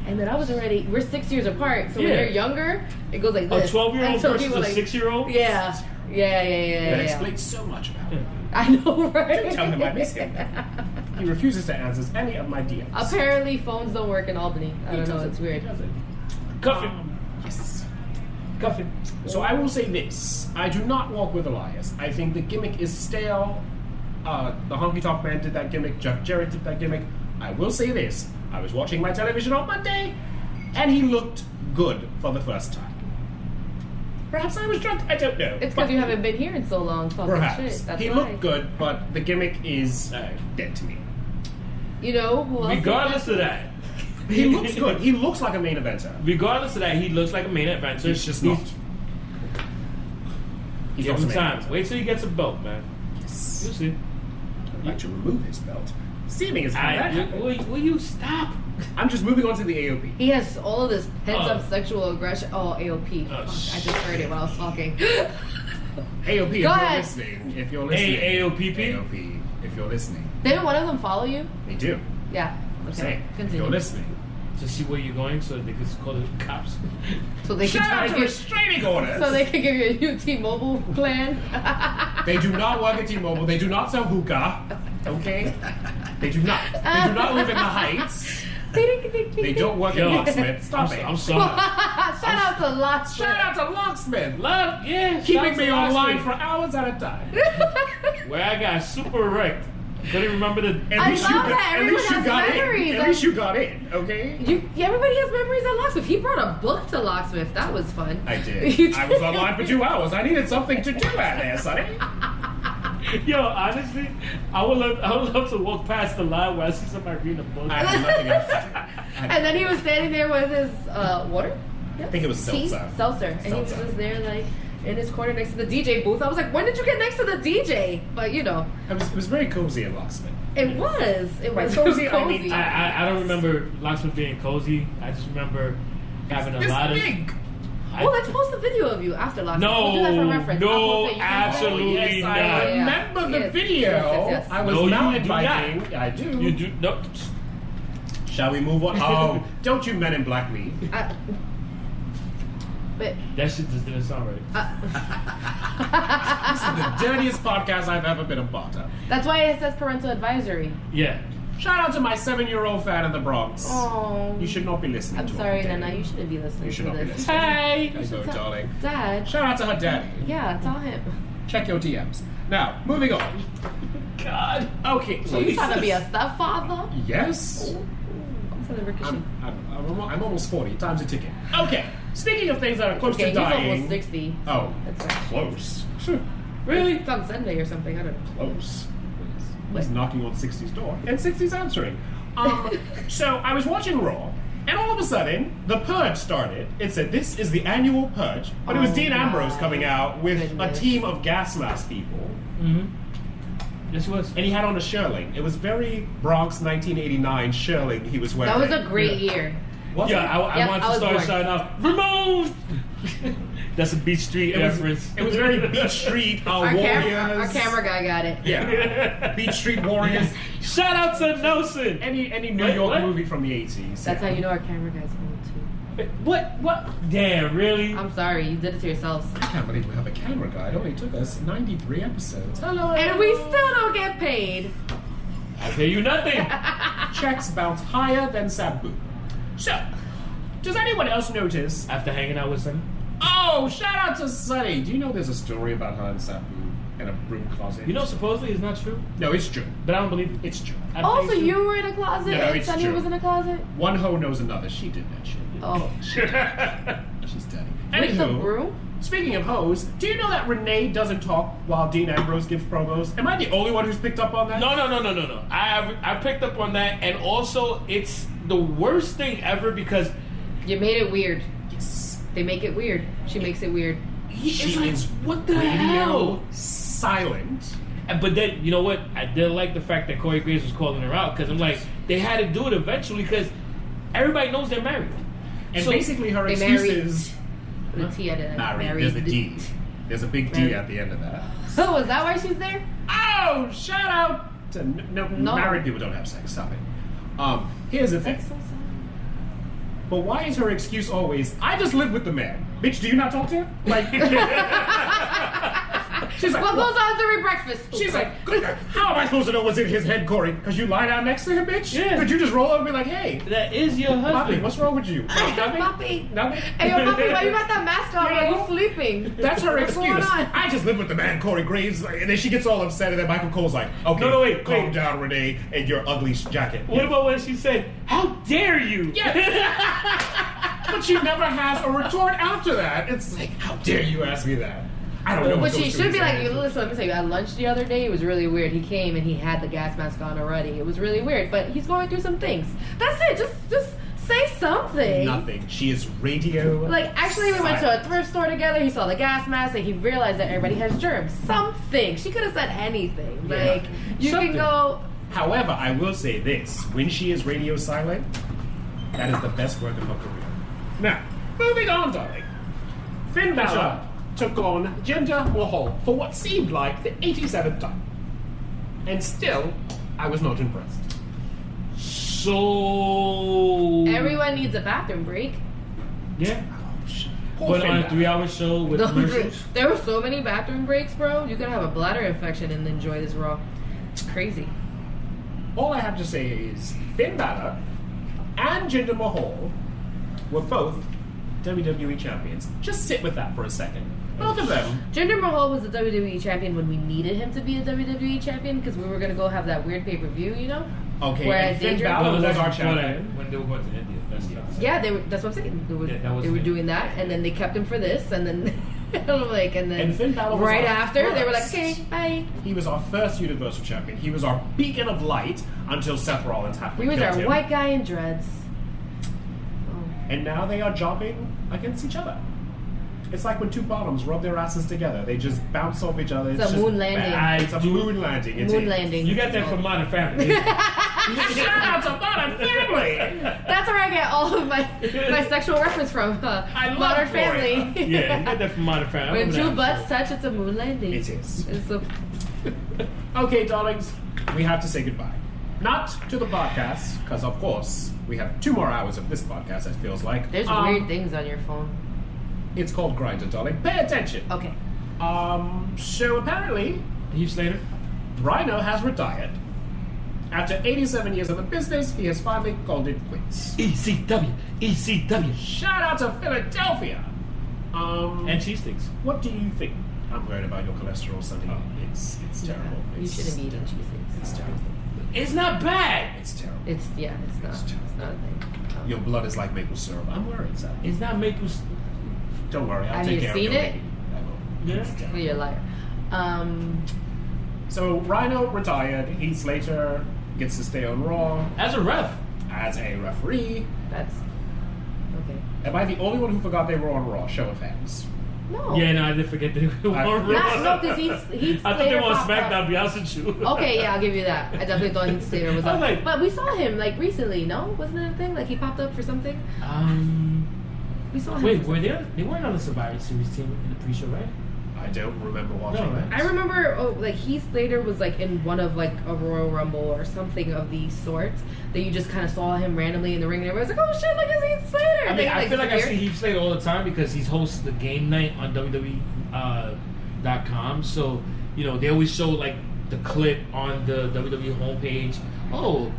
And then I was already, we're six years apart. So when Yeah. you're younger, it goes like A this. 12 year old Until he versus was a like- 6 year old? Yeah. Yeah, yeah, yeah, That yeah. yeah. explains so much about him. I know, right? Don't tell him I miss him. He refuses to answer any of my DMs. Apparently, phones don't work in Albany. I don't know, it's weird. He doesn't. Cuffing. Yes. Cuffing. So I will say this: I do not walk with Elias. I think the gimmick is stale. Uh, the Honky Tonk Man did that gimmick. Jeff Jarrett did that gimmick. I will say this: I was watching my television on Monday, and he looked good for the first time. Perhaps I was drunk. I don't know. It's but- because you haven't been here in so long talking Perhaps shit. That's he why. looked good, but the gimmick is uh, dead to me. You know who else? Regardless of that, He looks good. He looks like a main eventer. regardless of that, he looks like a main adventure. He's just not. Give He's not him a main time. eventer. Wait till he gets a belt, man. You'll see. I'd like to remove his belt. Seeming as how that I, happened. will, will you stop? I'm just moving on to the AOP. He has all of this pent up Uh. Oh. sexual aggression. Oh, AOP. Oh, Fuck, I just heard it while I was talking. AOP, if Go you're ahead. listening, if you're listening, AOPP? AOP, if you're listening, Didn't one of them follow you? they do. Yeah. Okay. Say, if you're Continue. listening. To see where you're going so they can call the cops. So they can Shout try out to to get restraining orders. So they could give you a new T-Mobile plan. They do not work at T-Mobile. They do not sell hookah. Okay. They do not. They do not live in the Heights. They don't work at Locksmith. Stop I'm, it. I'm sorry. Ah, Shout out to Lots. Shout out to Locksmith. Love, yeah. Keeping shout me out to online Lashley, for hours at a time. Where I got super wrecked. Couldn't remember the. I love that At least you everyone got has memories. in. At least you got in. Okay. You, yeah, everybody has memories at Locksmith. He brought a book to Locksmith. That was fun. I You did. I was online for two hours. I needed something to do out there, Sonny. Yo, honestly, I would love, I would love to walk past the line where I see somebody reading a book. I had nothing else to do. And then he was standing there with his uh, water. I think it was Seltzer. Seltzer. And he was Seltzer. just there, like, in his corner next to the DJ booth. I was like, when did you get next to the DJ? But, you know, It was, it was very cozy in Locksmith. it was. It was Cozy, cozy. I mean, I, I, I don't remember Locksmith being cozy. I just remember having a It's lot of. big. I- well, let's post a video of you after last. No, we'll do that for reference. no, I'll post it. You can- absolutely yes, I not. Yeah. remember the Yes, video. yes, yes, yes. I was No, you mountain do biking. not. I do. you do nope. Shall we move on? Oh, don't you men in black me. I- Uh, but uh, That shit just didn't sound right. The dirtiest podcast I've ever been a part of. that's why it says parental advisory. Yeah, Shout out to my seven-year-old fan in the Bronx. Oh, You should not be listening I'm to sorry, her. Nana. You shouldn't be listening You should to not be this. listening. Hi. There you go, Tell- darling. Dad. Shout out to her daddy. Yeah, tell him. Check your DMs. Now, moving on. God. Okay. So you trying to be a Oh, stepfather? Yes. I'm telling Ricky. I'm, I'm, I'm, almo- I'm almost 40. Time's a ticket. Okay. Speaking of things that are close Okay, to he's dying. almost sixty. Oh, That's right. close. really? It's on Sunday or something. I don't know. Close. Oh, He's What? knocking on 60's door, and 60's answering. Um, so I was watching Raw, and all of a sudden, the Purge started. It said, This is the annual Purge, but it was Oh Dean my Ambrose coming out with goodness. a team of gas mask people, Yes, it was. and he had on a shirling. It was very Bronx 1989 shirling he was That wearing. was a great year. Was yeah, it? I, I Yeah, want I to was start born. shouting out Ramones. That's a Beach Street It was, reference. it was very Beach Street uh, Our Warriors. camera, our camera guy got it. Yeah. Beach Street Warriors. Shout out to Nelson. Any any New Wait, York what? movie from the 80s. That's how you know our camera guy's old too. What? What? Damn, really? I'm sorry, you did it to yourselves. I can't believe we have a camera guy. It only took us 93 episodes. Hello. And we still don't get paid. I pay you nothing. Checks bounce higher than Sabu. So, does anyone else notice? After hanging out with some, Oh, shout out to Sunny. Do you know there's a story about her and Sabu in a broom closet? you know, supposedly it's not true, No, it's true. but I don't believe it. It's true. I Oh, pay so you were in a closet No, and it's Sunny true. was in a closet? One hoe knows another. She did that shit. Oh. She's dirty. With the Anywho, broom? Speaking of hoes, do you know that Renee doesn't talk while Dean Ambrose gives promos? Am I the only one who's picked up on that? No, no, no, no, no, no. I I picked up on that, and also it's the worst thing ever because You made it weird. Yes. They make it weird. She makes it weird. he She is like, is what the radio hell? silent. And- But then you know what? I did like the fact that Corey Graves was calling her out because I'm like, they had to do it eventually because everybody knows they're married. And So- basically, her They excuse married. is The T at it. married. There's a D. There's a big D Married. at the end of that. So is that why she's there? Oh, shout out to n- no, No. married people don't have sex. Stop it. Um, here's the thing. That's so sad. But why is her excuse always? I just live with the man. Bitch, do you not talk to him? Like, she's like, What "What?" goes on during breakfast? She's like, "Good- how am I supposed to know what's in his head, Corey? Because you lie down next to him, bitch? Yeah. Could you just roll over and be like, hey, that is your Poppy, husband. what's wrong with you? Nothing? Poppy. Nothing? Hey, yo, Poppy, why you got that mask on? Are you sleeping? That's her What's excuse. going on? I just live with the man, Corey Graves. like, And then she gets all upset, and then Michael Cole's like, okay, No, no, wait, calm wait. down, Renee, and your ugly sh- jacket. What about when she said, "How dare you"? But she never has a retort after that. It's like, how dare you ask me that? I don't know. what But she should be like, you listen, let me tell you, at lunch the other day, it was really weird. He came and he had the gas mask on already. It was really weird, but he's going through some things. That's it. Just just say something. Nothing. She is radio. Like, actually, we went to a thrift store together. He saw the gas mask and he realized that everybody has germs. Something. She could have said anything. Yeah. Like, you Something. can go, However, I will say this: when she is radio silent, that is the best work of her career. Now, moving on, darling. Finn Balor up. took on Jinder Mahal for what seemed like the 87th time. And still, I was not impressed. So everyone needs a bathroom break. yeah. Poor But Finn on a Balor. three-hour show with commercials. there were so many bathroom breaks, bro. You could have a bladder infection and enjoy this raw. It's crazy. All I have to say is Finn Balor and Jinder Mahal were both WWE champions. Just sit with that for a second. Both of them. Jinder Mahal was a WWE E champion when we needed him to be a WWE champion because we were gonna go have that weird pay per view, you know? Okay, Whereas and Finn Jinder- Well, Balor was that's our before that, champion. when they were going to India. That's yeah. Yeah, they were. That's what I'm saying. They were, Yeah, that was they were it. doing that, and then they kept him for this, and then like, and then And Finn Balor was right on after they were like, first. okay, bye. He was our first Universal Champion. He was our beacon of light until Seth Rollins happened. He was killed our him. white guy in dreads. Oh. And now they are jobbing against each other. It's like when two bottoms rub their asses together; they just bounce off each other. It's it's a just moon landing. bad. It's a moon landing. It's Moon it. landing. You got that from Modern Family. didn't you? Shout out to Modern Family. That's where I get all of my, my sexual reference from. Uh, I love Modern Gloria. Family. yeah, you got that from Modern Family. I when remember that two butts episode. touch, it's a moon landing. It is. It's a Okay, darlings, we have to say goodbye. Not to the podcast, because of course we have two more hours of this podcast. It feels like There's Um, weird things on your phone. It's called Grinder, darling. Pay attention. Okay. Um, so apparently, Heath Slater. Rhino has retired. After 87 years in the business, he has finally called it quits. ECW, ECW, Shout out to Philadelphia. Um, and cheese sticks. what do you think? I'm worried about your cholesterol, Sonny. it's it's terrible. Oh. You It's- shouldn't be eating cheese It's sticks. terrible. It's not bad. It's terrible. It's yeah, it's not. It's not a thing. Um, your blood is like maple syrup. I'm worried, Sonny. It's not maple. s- Don't worry, I'll Have take you care seen of your it? baby. I will. Yeah. well, you're a liar. Um, So Rhino retired. Heath Slater gets to stay on Raw As a ref, as a referee. that's okay. Am I the only one who forgot they were on Raw? Show of hands. No. yeah, no, I did forget they were I- on Not, no, Raw. because he's he's. I thought they were on SmackDown. Be honest with you. Okay, yeah, I'll give you that. I definitely thought Heath Slater was I up. was like- but we saw him like recently, no? Wasn't that a thing? Like he popped up for something. Um, We saw him. wait, for were something. they? They weren't on the Survivor Series team in the pre-show, right? I don't remember watching No, that. I remember, oh, like Heath Slater was like in one of like a Royal Rumble or something of these sorts that you just kind of saw him randomly in the ring and everybody was like, "Oh shit, look at Heath Slater!" I And mean, they, I feel like I disappeared. see Heath Slater all the time because he's hosts the game night on WWE uh, dot com. So you know they always show like the clip on the WWE homepage. Oh,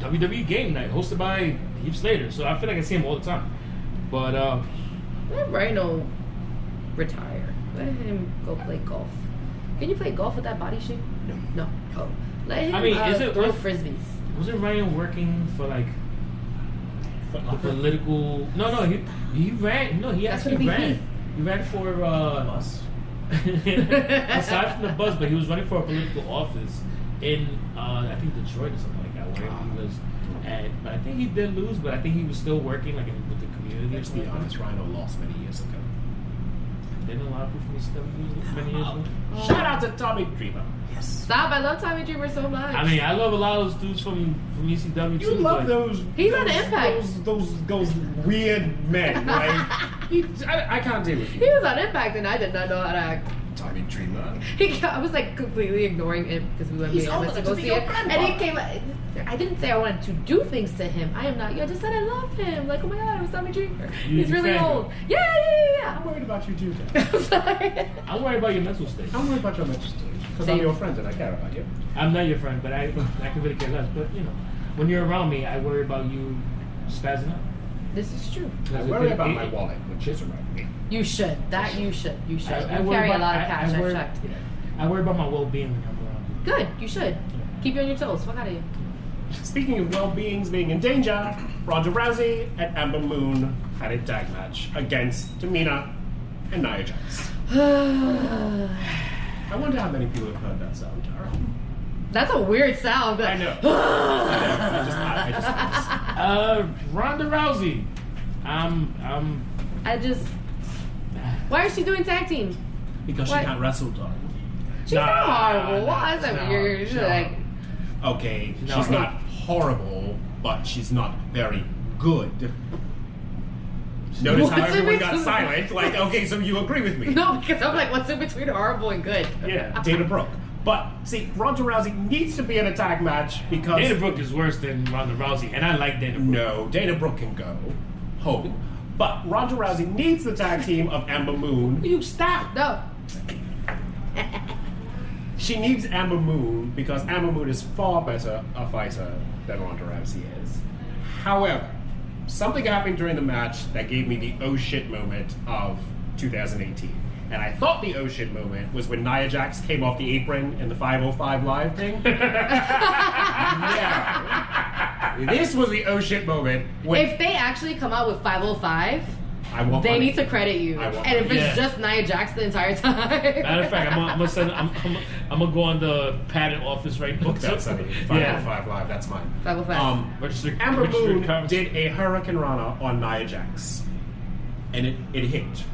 WWE game night hosted by Heath Slater. So I feel like I see him all the time. But uh, Let Rhino retire. Let him go play golf. Can you play golf with that body shape? No. No. Oh. Let him I mean, uh, is it throw worth- frisbees. wasn't Ryan working for like the political? No, no, he he ran. No, he That's actually gonna be ran. Heath. He ran for uh, Us. aside from the buzz, but he was running for a political office in uh, I think Detroit or something like that, where Ah. he was at. But I think he did lose, but I think he was still working like in, with the community. Let's be honest, Rhino lost many years ago. Didn't a lot of people still lose many years ago. Oh. Shout out to Tommy Dreamer. Stop! I love Tommy Dreamer so much. I mean, I love a lot of those dudes from from ECW You too. love but those. He's those, on Impact. Those, those those weird men. Like he, I, I can't deal with he you. was on Impact, and I did not know how to act. Tommy Dreamer. He got, I was like completely ignoring him because we went, He's me and I went old to go enough to be see your it. And he came. uh, I didn't say I wanted to do things to him. I am not. I just said I love him. Like, oh my god, I was Tommy Dreamer. You He's really defend him. old. Yeah, yeah, I'm yeah. worried about you too. yeah. Dan. I'm sorry. I'm worried about your mental state. I'm worried about your mental because Same. I'm your friend and I care about you. I'm not your friend, but I I can really care less. But you know, when you're around me, I worry about you spazzing out. This is true. I worry about my wallet, which is around me. You should. That you should. You should. I, I you worry carry about, a lot of I- cash. I, I, worry, checked. yeah. I worry about my well-being when I'm around. you. Good. You should. Keep you on your toes. Fuck out of you. Speaking of well-beings being in danger, Ronda Rousey and Amber Moon had a tag match against Tamina and Nia Jax. I wonder how many people have heard that sound, Tara. That's a weird sound. but- I know. I just, I, I Uh, just, Ronda Rousey. I'm, I'm I just. Why is she doing tag team? because What? she can't wrestle, darling. She's Nah, not horrible. nah, I was like, nah, you're, you're nah. like, Okay, No. she's not horrible, but she's not very good. Notice how What's in everyone got between? silent. Like, okay, so you agree with me? no, because I'm like, what's in between horrible and good? Yeah, Dana Brooke. But see, Ronda Rousey needs to be in a tag match because Dana Brooke is worse than Ronda Rousey, and I like Dana Brooke. no, Dana Brooke can go home. But Ronda Rousey needs the tag team of Amber Moon. You stop. No. She needs Amber Moon because Amber Moon is far better a fighter than Ronda Rousey is. However, something happened during the match that gave me the oh shit moment of 2018. And I thought the oh shit moment was when Nia Jax came off the apron in the 505 live thing. yeah. This was the oh shit moment when If they actually come out with 505, I Oh, want they money. need to credit you. I want And if money. it's Yeah. just Nia Jax the entire time. Matter of fact, I'm, gonna- I'm gonna send, I'm, I'm, I'm gonna go on the patent office right now. Book that, oh Sunny. Yeah. 505 Live, that's mine. 505. Um, Registered- Amber registered Moon conference. did a Hurricane Rana on Nia Jax. and it, it hit.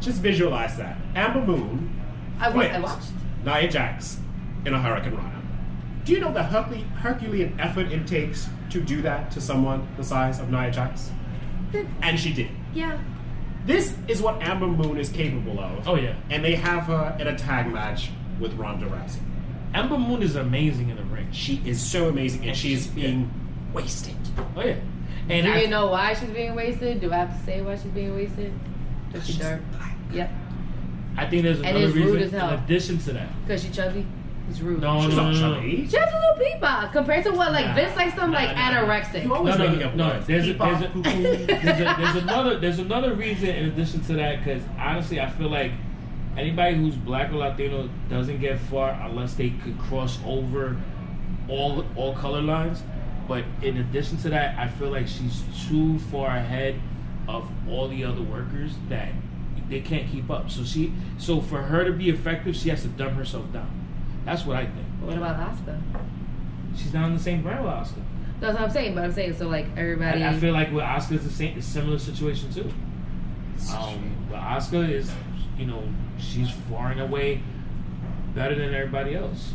Just visualize that. Amber Moon I, wa- quit I watched. Nia Jax in a Hurricane Rana. Do you know the Hercle- Herculean effort it takes to do that to someone the size of Nia Jax? Then- And she did. Yeah. This is what Amber Moon is capable of. Oh, yeah. And they have her in a tag match with Ronda Rousey. Amber Moon is amazing in the ring. She is so amazing and she is being wasted. Oh yeah, and Do I, you know why she's being wasted? Do I have to say why she's being wasted? Because she's dark. Yep. I think there's another it's rude reason. as hell. In addition to that, Because she chubby. It's rude. no, She's no, not no, no, no. chubby. She has a little peepa compared to what like Nah. Vince likes some Nah, like nah, nah. anorexic. You No, always no, making up no, words. There's, a, there's, a, Peepop, there's, a, there's another there's another reason in addition to that because honestly, I feel like anybody who's black or Latino doesn't get far unless they could cross over all all color lines. But in addition to that, I feel like she's too far ahead of all the other workers that they can't keep up. So she so for her to be effective, she has to dumb herself down. That's what I think. What about Oscar? She's not on the same ground with Oscar. That's what I'm saying. But I'm saying so like everybody. I, I feel like with Oscar, it's a same, it's similar situation too. Um, but Oscar is, you know, she's far and away better than everybody else.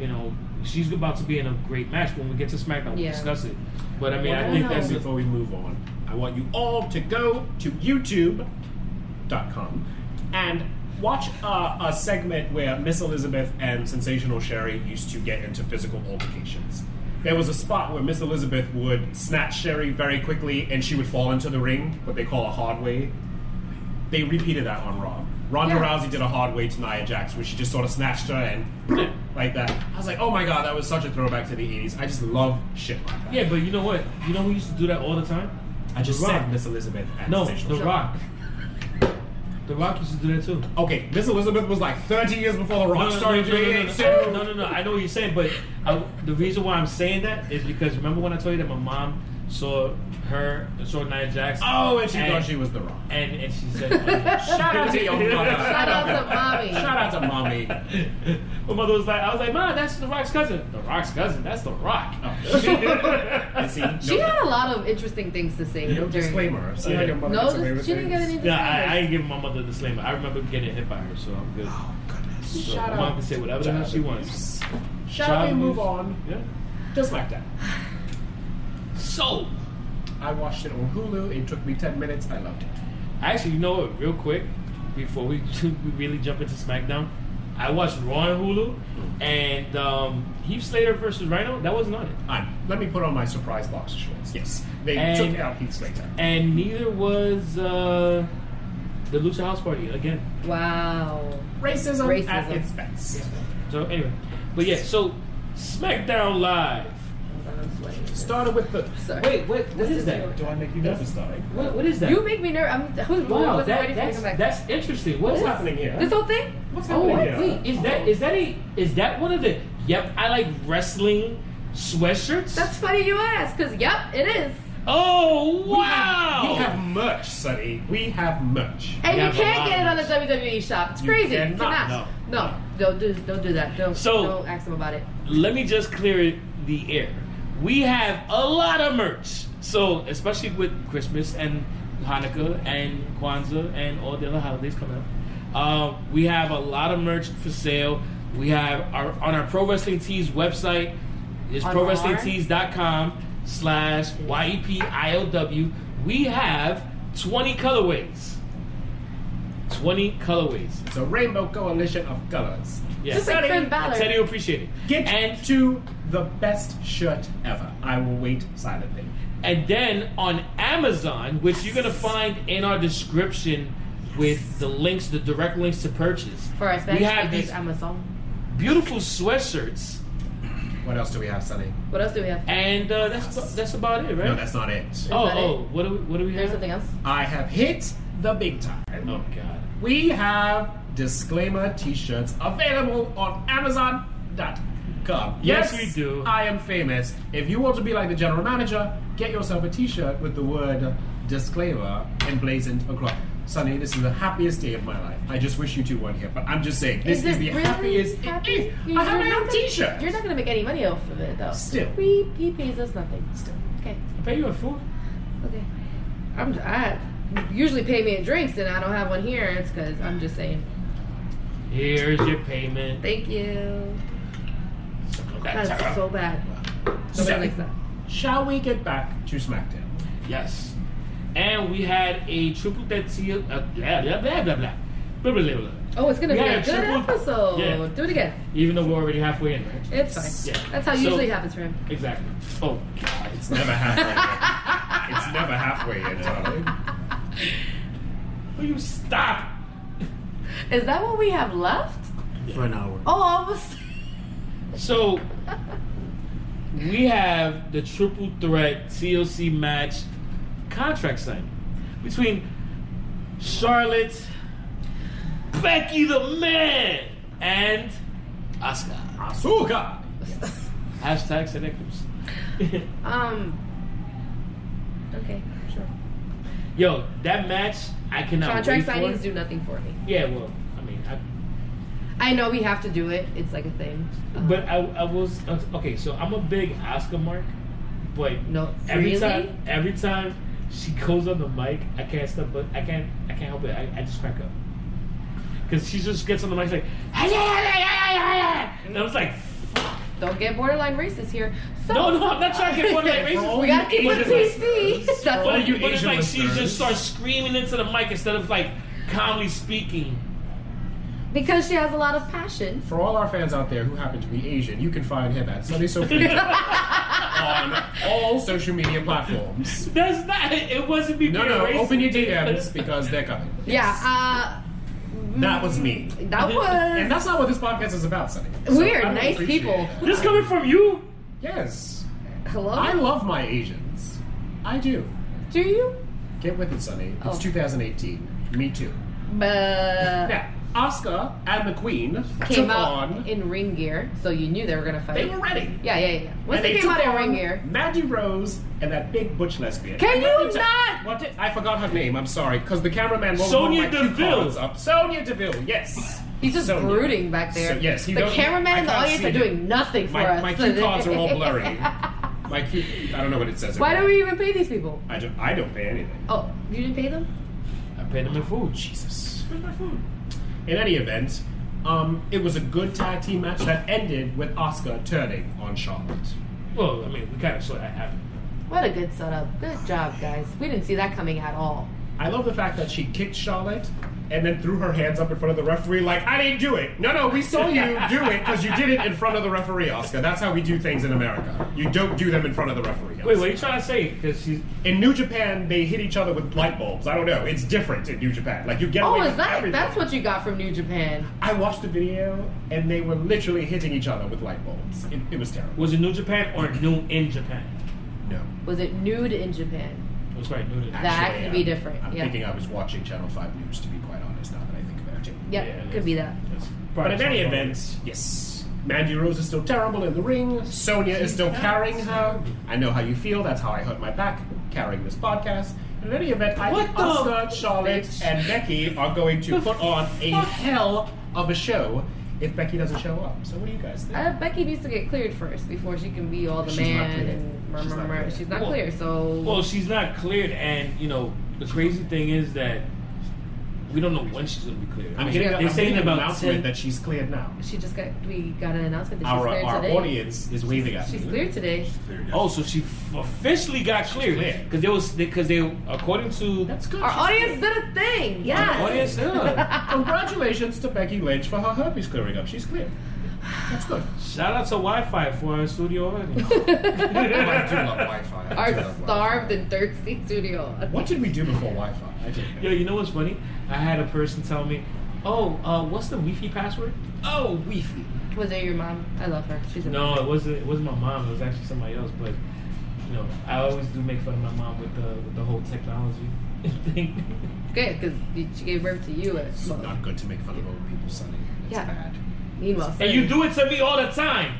You know, she's about to be in a great match when we get to SmackDown. We'll Yeah. discuss it. But I mean, I Well, think no. that's a, before we move on, I want you all to go to YouTube.com and watch uh, a segment where Miss Elizabeth and Sensational Sherry used to get into physical altercations. There was a spot where Miss Elizabeth would snatch Sherry very quickly and she would fall into the ring, what they call a hard way. They repeated that on Raw. Ronda Yeah. Rousey did a hard way to Nia Jax where she just sort of snatched her and like that. I was like, oh my god, that was such a throwback to the 80s. I just love shit like that. yeah. But you know what? You know who used to do that all the time? I just The said Rock. Miss Elizabeth. At No, station. The Rock. The Rock used to do that too. Okay, Miss Elizabeth was like 30 years before The No, Rock no, started no, no, doing no, no, it. no, so- no, no, no. I know what you're saying, but I, the reason why I'm saying that is because remember when I told you that my mom saw her saw Nia Jackson. Oh, and she thought she was The Rock. And and she said, oh, Shout out to your mother. Shout out to mommy. Shout out to mommy. my mother was like, I was like, mom, that's the Rock's cousin. The Rock's cousin. That's the Rock. You see, no, she had a lot of interesting things to say no during. disclaimer. See how your mother No, gets away with she didn't get things? any. Yeah, I, I disclaimers. ain't giving my mother the disclaimer. I remember getting hit by her, so I'm good. Oh, Goodness. So Shout my mom out. can say whatever the hell she wants. Shall we Child move abuse. on? Yeah. Just like that. So, I watched it on Hulu. It took me 10 minutes. I loved it. Actually, you know what? Real quick, before we, we really jump into SmackDown, I watched Raw on Hulu, and um, Heath Slater versus Rhino. That wasn't on it, I, let me put on my surprise boxer shorts. Yes. They And- took out Heath Slater. and neither was uh, the Lucha House Party again. Wow. Racism, at Racism. its best. So anyway, but yeah, so SmackDown Live. I'm sweating. Started with the. Sorry. Wait, what? What This is is that? Do I make you nervous, darling? What, what is that? You make me nervous. I'm, I was, I wow, wasn't ready that, for you to that's come back. that's interesting. What What's is happening here? this whole thing? What's Oh happening wait, here? wait, is that is that a is that one of the? Yep, I like wrestling sweatshirts. That's funny you ask, because, yep, it is. Oh We have wow! merch, Sonny. We have merch. And We you have a can't lot get of it on the WWE shop. It's crazy. cannot, cannot. No, don't do don't do that. Don't So- don't ask them about it. Let me just clear it- the air. We have a lot of merch. So especially with Christmas and Hanukkah and Kwanzaa and all the other holidays coming up, uh, we have a lot of merch for sale. We have our on our Pro Wrestling Tees website. It's On Pro our- Wrestling Tees com slash E YEPIOW. We have 20 colorways. 20 colorways. It's a rainbow coalition of colors. Yeah. Just like Finn Balor. Teddy will appreciate it. Get and to the best shirt ever. I will wait silently. and then on Amazon, which you're gonna find in our description with the links, the direct links to purchase. For our Spanish we have speakers, these Amazon. beautiful sweatshirts, What else do we have, Sonny? What else do we have? and uh, that's that's about it, right? No, that's not it. oh, that oh, it? what do we what do we There's have? something else. I have hit the big time. Oh God. We have disclaimer t-shirts available on Amazon.com. Yes, we do. I am famous. If you want to be like the general manager, get yourself a t-shirt with the word disclaimer emblazoned across. Sonny, this is the happiest day of my life. I just wish you two weren't here, but I'm just saying, this Is is, it the really happiest. happy? It is. You- I have you're my not own gonna- t-shirt. You're not gonna make any money off of it though. Still. we he pays us nothing. Still. Okay. I pay you in food. Okay. I'm I usually pay me in drinks and I don't have one here, it's because I'm just saying, Here's your payment. thank you. That's That's- so bad. So- Nobody likes that. Shall we get back to SmackDown? Yes. And we had a triple threat seal. Uh, blah, blah, blah, blah, blah. Blah, blah, blah, blah. Oh, it's gonna be Yeah, a good triple- episode. yeah. Do it again. Even though we're already halfway in, right? It's fine. Yeah. That's how it So- usually happens for him. Exactly. Oh, God. It's never halfway. in. it's never halfway in, darling. Will you stop? Is that what we have left? For an hour. Oh, almost. So we have the triple threat TLC match contract signing between Charlotte, Becky the Man, and Asuka. Asuka! Hashtag Santa Cruz. um. Okay, sure. Yo, that match I cannot Contract wait for. signings do nothing for me. Yeah, well, I mean, I, I know we have to do it. It's like a thing. Um, but I, I was okay. So I'm a big Oscar mark, but No, every really? time, every time she goes on the mic, I can't stop. But I can't, I can't help it. I, I just crack up because she just gets on the mic she's like, and I was like, don't get borderline racist here. So, no, no, I'm not trying to get one like racist. we gotta keep it Asian listeners. PC. That's But, what you, but it's Asian like she listeners. just starts screaming into the mic instead of like calmly speaking. because she has a lot of passion. For all our fans out there who happen to be Asian, you can find him at Sunday So Free on all social media platforms. That's not. It wasn't me. No, being no, racist. open your DMs because they're coming. Yeah. Uh, That was me. That was And that's not what this podcast is about, Sunny. We're I don't nice appreciate people. that. This coming from you? Yes. hello. I love my Asians. I do. do you? Get with it, Sonny. It's Oh. 2018. Me too. But Now, Asuka and the Queen came took out on. in ring gear, so you knew they were gonna fight. they were ready. yeah, yeah, yeah. Once And they, came took out in on ring gear, Mandy Rose and that big butch lesbian. Can And let you me tell- not- What did, I forgot her name. I'm sorry, because the cameraman won't Sonya hold my cue Deville. cards up. Sonia Deville. Yes. he's just Sonya. brooding back there. So- yes, he the don't- cameraman I and the can't audience see are him. doing nothing for My, us. my cue cards are all blurry. My cue. I don't know what it says. Why do over there. we even pay these people? I don't, I don't pay anything. Oh, you didn't pay them? I paid him in food. Jesus. Where's my food? In any event, um, it was a good tag team match that ended with Oscar turning on Charlotte. Well, I mean, we kind of saw that happen. What a good setup. Good job, guys. We didn't see that coming at all. I love the fact that she kicked Charlotte and then threw her hands up in front of the referee, like, I didn't do it. No, no, we saw you do it because you did it in front of the referee, Oscar. That's how we do things in America. You don't do them in front of the referee. Wait, Oscar. what are you trying to say? Because she's. In New Japan, they hit each other with light bulbs. I don't know. It's different in New Japan. Like, you get Oh, away is with that? everything. That's what you got from New Japan. I watched the video and they were literally hitting each other with light bulbs. It, it was terrible. Was it New Japan or New in Japan? No. Was it nude in Japan? That's right, New in Japan. That could be I'm- different, um, I'm yeah. thinking I was watching Channel 5 News, to be quite honest, now that I think about it. Yep, Yeah, could be that. That's But probably in any something. event, yes. Mandy Rose is still terrible in the ring. Sonia is still carrying her. I know how you feel. That's how I hurt my back carrying this podcast. In any event, I What think the- Asuka, Charlotte, and Becky are going to put on a hell of a show if Becky doesn't show up. So what do you guys think? Uh, Becky needs to get cleared first before she can be all the She's not man cleared. and murmur, She's not murmur. cleared. She's not Well- clear, so Well, she's not cleared, and, you know, the crazy thing is that we don't know when she's going to be cleared. I'm getting, they're I'm saying getting an about announcement 10 that she's cleared now. she just got we got an announcement that she's Our, cleared our today. audience is waving at She's me. cleared today. Oh, so she f- officially got cleared. cleared. Because they was because they according to That's good. Our She's audience cleared. did a thing. Yes. audience, yeah. Congratulations to Becky Lynch for her herpes clearing up. She's clear. That's good. shout out to Wi-Fi for our studio audience. I do love Wi-Fi. I do Our love starved Wi-Fi. and thirsty studio. What did we do before Wi-Fi? I didn't Yo, know. you know what's funny? I had a person tell me, "Oh, uh, what's the Wi-Fi password?" Oh, Wi-Fi. Was it your mom? I love her. She's No, amazing. it wasn't. It wasn't my mom. It was actually somebody else. But you know, I always do make fun of my mom with the with the whole technology thing. good because she gave birth to you. At, It's well, not good to make fun of old people, Sonny. It's Yeah. bad. meanwhile, and you do it to me all the time.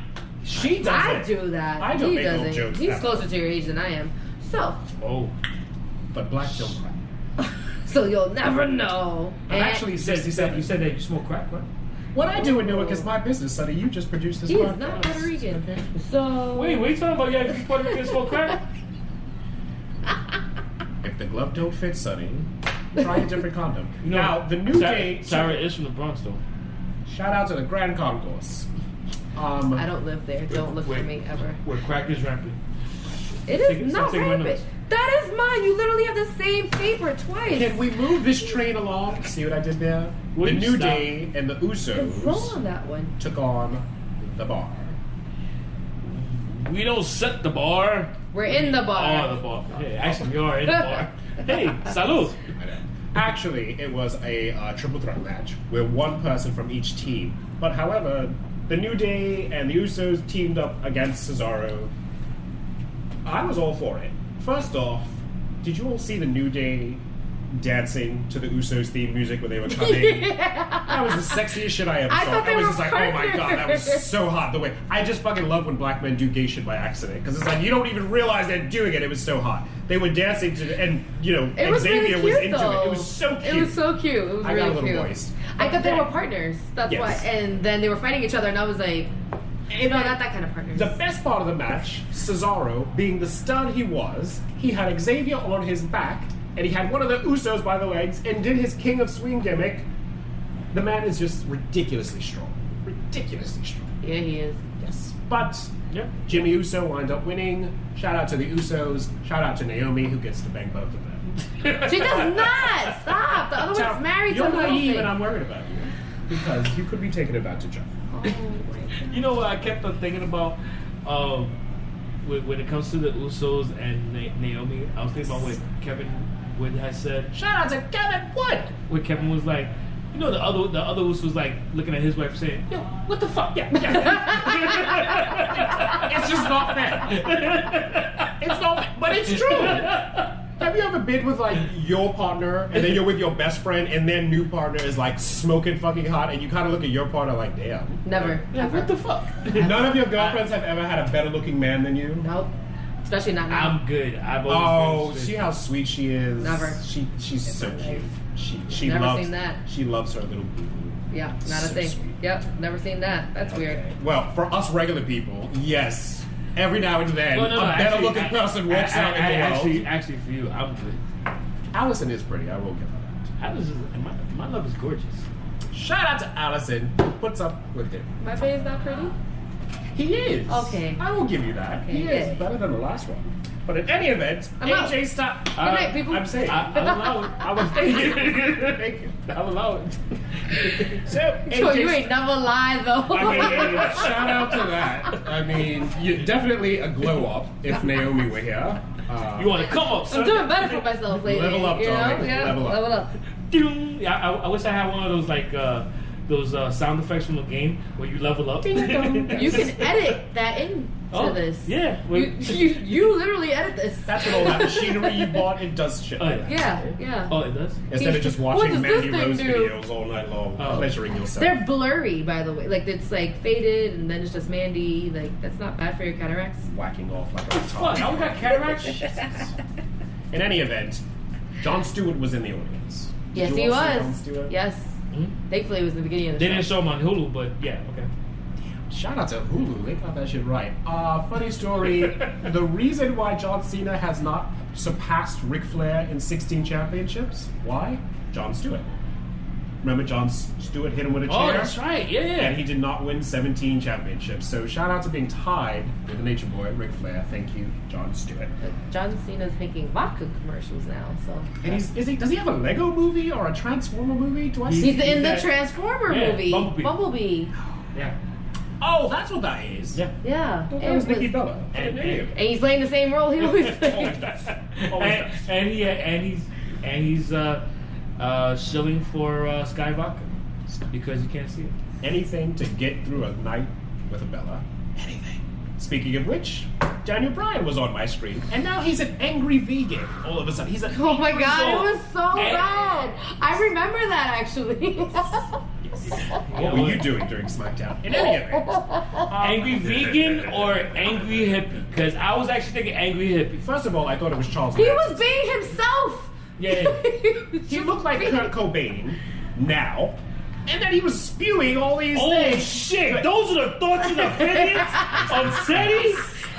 She does I it. do that. I don't he make old doesn't. jokes He's ever. closer to your age than I am. So, Oh, But black don't cry. so you'll never know. I'm And actually you said you said 67. you said that you smoke crack, right? What I do in Newark is my business, Sonny. You just produced this he is podcast. not Puerto Rican. Okay. So Wait, what are you talking about? Yeah, you Puerto Rican smoke crack. If if the glove don't fit, Sonny, try a different condom. No. now the new Sarah, day. Sarah is from the Bronx, though. Shout out to the Grand Concourse. Um, I don't live there. Don't look for Wait. me ever. Where crack is rampant. It Take it- is stop not taking my rampant. notes. That is mine. You literally have the same paper twice. Can we move this train along? See what I did there? Will the you New stop? Day and the It's wrong on Usos that one. took on the bar. We don't set the bar. We're in the bar. Oh, the bar. Hey, actually, you are in the bar. hey, salud. Actually, it was a uh, triple threat match where one person from each team. But however, the New Day and the Usos teamed up against Cesaro. I was all for it. First off, did you all see the New Day dancing to the Usos theme music when they were coming? That was the sexiest shit I ever I saw. thought they I was were just like, oh my god, that was partners." so hot. The way I just fucking love when black men do gay shit by accident because it's like you don't even realize they're doing it. It was so hot. They were dancing to, and you know, It was Xavier really was cute into though. it. It was so cute. It was so cute. It was I got really a little cute. moist. I thought they Yeah. were partners. That's Yes. why. And then they were fighting each other, and I was like, And no, not that kind of partners. The best part of the match, Cesaro, being the stud he was, he had Xavier on his back, and he had one of the Usos by the legs, and did his King of Swing gimmick. The man is just ridiculously strong. Ridiculously strong. yeah, he is. Yes. But Yep. Jimmy Uso wound up winning. Shout out to the Usos. Shout out to Naomi, who gets to bang both of them. She does not stop. The other one's married You're to naive, and the I'm worried about you because you could be taken advantage of. Oh You know what I kept on thinking about um, when, when it comes to the Usos and Na- Naomi. I was thinking about what Kevin Wood has said. Shout out to Kevin Wood. Where Kevin was like, you know, the other the other Usos was like looking at his wife saying, "Yo, what the fuck? Yeah, yeah." It's just not fair. It's not, but it's true. Have you ever been with like your partner, and then you're with your best friend, and their new partner is like smoking fucking hot, and you kind of look at your partner like, damn. Never. Yeah, ever. what the fuck? None of your girlfriends have ever had a better looking man than you. Nope. Especially not now. I'm good. I've always Oh, been see straight. how sweet she is. Never. She she's so cute. She she Never loves seen that. she loves her little boo boo. yeah, not a So thing. sweet. Yep, never seen that. That's weird. Well, for us regular people, yes. Every now and then, Well, no, no, a better actually, looking I- person walks I- out I- in the I- world. Actually, actually, for you, I'm good. Allison is pretty. I will give her that. Allison, my, my love is gorgeous. Shout out to Allison. What's up with him? My face not pretty. He is. Okay. I will give you that. Okay, he yay. is better than the last one. But in any event, I'm AJ out. stop. Uh, Good night, people. I'm saying. I, I'll allow it. I was Thank you. Thank you. I'll allow it. So, Yo, AJ you ain't never lie though. I mean, shout out to that. I mean, you definitely a glow up if Naomi were here. Uh, You want to come up, I'm son? doing better for myself lately. Level up, you know? darling. Yeah, Level up. Level up. Ding. Yeah, I, I wish I had one of those like uh, those uh, sound effects from a game where you level up. You can edit that into Oh, this. yeah. You, you, you literally edit this. that's what all that machinery you bought. It does shit. Oh, like yeah. that. Yeah, yeah. Oh, it does. Instead of just What does watching Mandy this thing Rose do? videos all night long, Oh. pleasuring yourself. They're blurry, by the way. Like it's like faded, and then it's just Mandy. Like that's not bad for your cataracts. whacking off like a Fuck, I top. would got cataracts. In any event, John Stewart was in the audience. Did Yes, you he all see John was. Stewart? Yes. Hmm? Thankfully, it was in the beginning of the They didn't show. show them on Hulu, but yeah, okay. Shout out to Hulu. They got that shit right. Uh, funny story. the reason why John Cena has not surpassed Ric Flair in 16 championships? Why? John Stewart. Remember, John S- Stewart hit him with a chair? Oh, that's right. Yeah, yeah. And he did not win 17 championships. So shout out to being tied with the Nature Boy, Ric Flair. Thank you, John Stewart. But John Cena's making vodka commercials now, so And he's, is he, does he have a Lego movie or a Transformer movie? Do I see he's in the that- Transformer yeah, movie, Bumblebee. yeah. Oh, that's what that is. Yeah. Yeah, That and, was it was- Nikki Bella. And- and he's playing the same role he always plays. Oh, And, and he and he's and he's uh, uh, shilling for uh, Sky Vodka because you can't see it. anything to get through a night with a Bella. Anything. Speaking of which, Daniel Bryan was on my screen, and now he's an angry vegan. All of a sudden, he's an Oh my angry god, it soul. was so And- bad. I remember that actually. What were you doing during SmackDown? In any event, Angry vegan or angry hippie? Because I was actually thinking angry hippie. first of all, I thought it was Charles. he Manson. was being himself. Yeah. He looked like Kurt Cobain now, and then he was spewing all these Oh things. shit! Those are the thoughts and opinions of Teddy.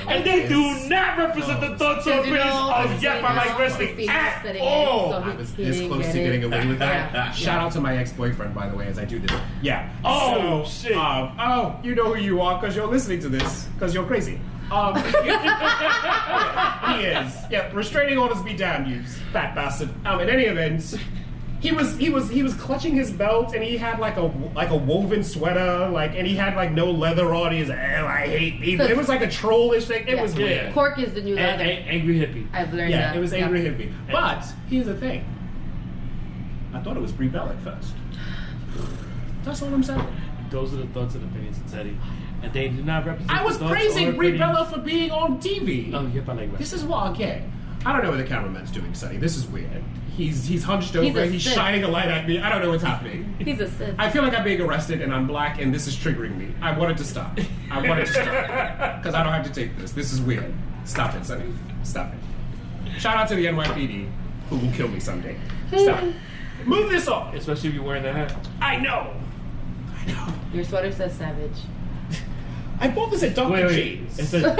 and they do not represent the thoughts or Because, you opinions know, of I Yep, I like know wrestling he's at sitting in, all. so Oh, I he- was he this didn't close get to it. getting away with that. Yeah. Shout out to my ex-boyfriend, by the way, as I do this. Yeah. Oh, shit. Um, oh, you know who you are because you're listening to this because you're crazy. Um, he is. Yeah. Restraining orders be damned, you fat bastard. Um, in any event. He was he was he was clutching his belt and he had like a like a woven sweater like and he had like no leather on. He's like, oh, I hate these. It was like a trollish thing. It Yeah. was weird. Cork is the new A- leather. a- angry hippie. I've learned Yeah, that. it was Yep. angry hippie. But here's the thing. I thought it was Brie Bell at first. That's all I'm saying. Those are the thoughts and opinions of Teddy, and they do not represent. I the was thoughts or praising Brie opinions- Bella for being on TV. Oh, Yep, I like wrestling. This is what I get. I don't know what the cameraman's doing, Sonny. This is weird. He's he's hunched He's over. a He's sick. shining a light at me. I don't know what's happening. He's a Sith. I feel like I'm being arrested and I'm black and this is triggering me. I wanted to stop. I wanted to stop because I don't have to take this. This is weird. Stop it, Sonny. Stop it. Shout out to the NYPD who will kill me someday. Stop. it. Move this off. Especially if you're wearing that hat. I know. I know. Your sweater says savage. I bought this at Dr. Wait, wait. James. It's a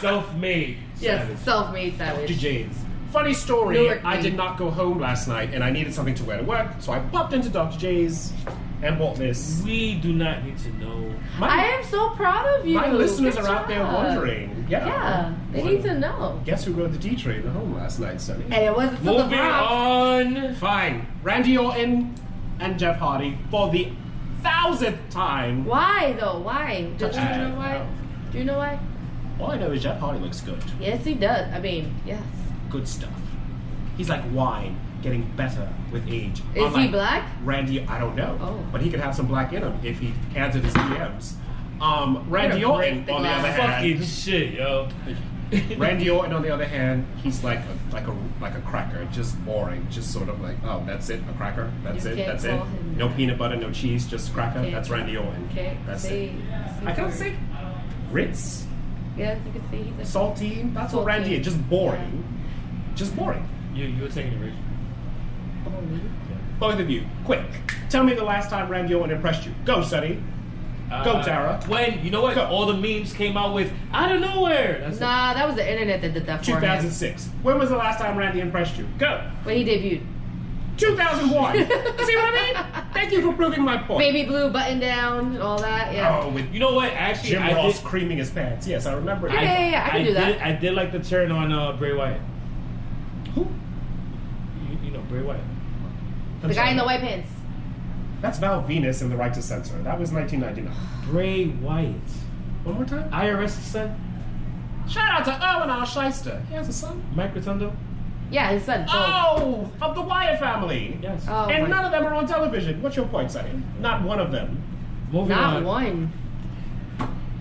self-made. savage. Yes, self-made Dr. savage. James. Funny story, Newark, I Maine. did not go home last night and I needed something to wear to work, so I popped into Dr. J's and bought this. We do not need to know. My, I am so proud of you. my listeners Good are out there job. wondering. Yeah. Yeah, they need to know. Guess who rode the D train home last night, Sonny? And it wasn't for the Moving Bronx. on. Fine. Randy Orton and Jeff Hardy for the thousandth time. Why though? Why? Do you I know don't why? know. Do you know why? All I know is Jeff Hardy looks good. Yes, he does. I mean, yes. Good stuff. He's like wine, getting better with age. Is he Unlike- black? Randy, I don't know, Oh. but he could have some black in him if he answered his DMs. Um, Randy What a Orton, great on the thing. other Fucking hand, shit, yo. Randy Orton, on the other hand, he's like a, like a like a cracker, just boring, just sort of like, oh, that's it, a cracker, that's You it, can't that's call it, him no that. peanut butter, no cheese, just cracker. Can't- That's Randy Orton. Okay. that's see, it. see I can't for- say Ritz, Yes, you can see he's a saltine. That's what Saltine. Randy is, just boring, just boring. You, you were taking it, Rich. Oh, me? Both of you, quick, tell me the last time Randy Orton impressed you. Go, Sonny. Go, Tara. Uh, When, you know what? Go. All the memes came out with out of nowhere. That's it. Nah, that was the internet that did that for him. 2006. When was the last time Randy impressed you? Go. When he debuted, 2001. See what I mean? Thank you for proving my point. baby blue button down and all that. Yeah. Oh, with You know what? Actually, Jim I Ross did. creaming his pants. Yes, I remember. it. Yeah, yeah, yeah, I can do that. Did, I did like the turn on uh, Bray Wyatt. Who? You, you know, Bray Wyatt. the I'm guy sorry. in the white pants. That's Val Venus in The Right to Censor. That was 1999. Bray Wyatt. One more time. IRS's son? Shout out to Erwin R. Scheister. He has a son. Mike Rotundo? Yeah, his son. Joel. Oh, of the Wyatt family. Yes. Oh, and my- none of them are on television. What's your point, Sonny? Not one of them. Moving not on. one.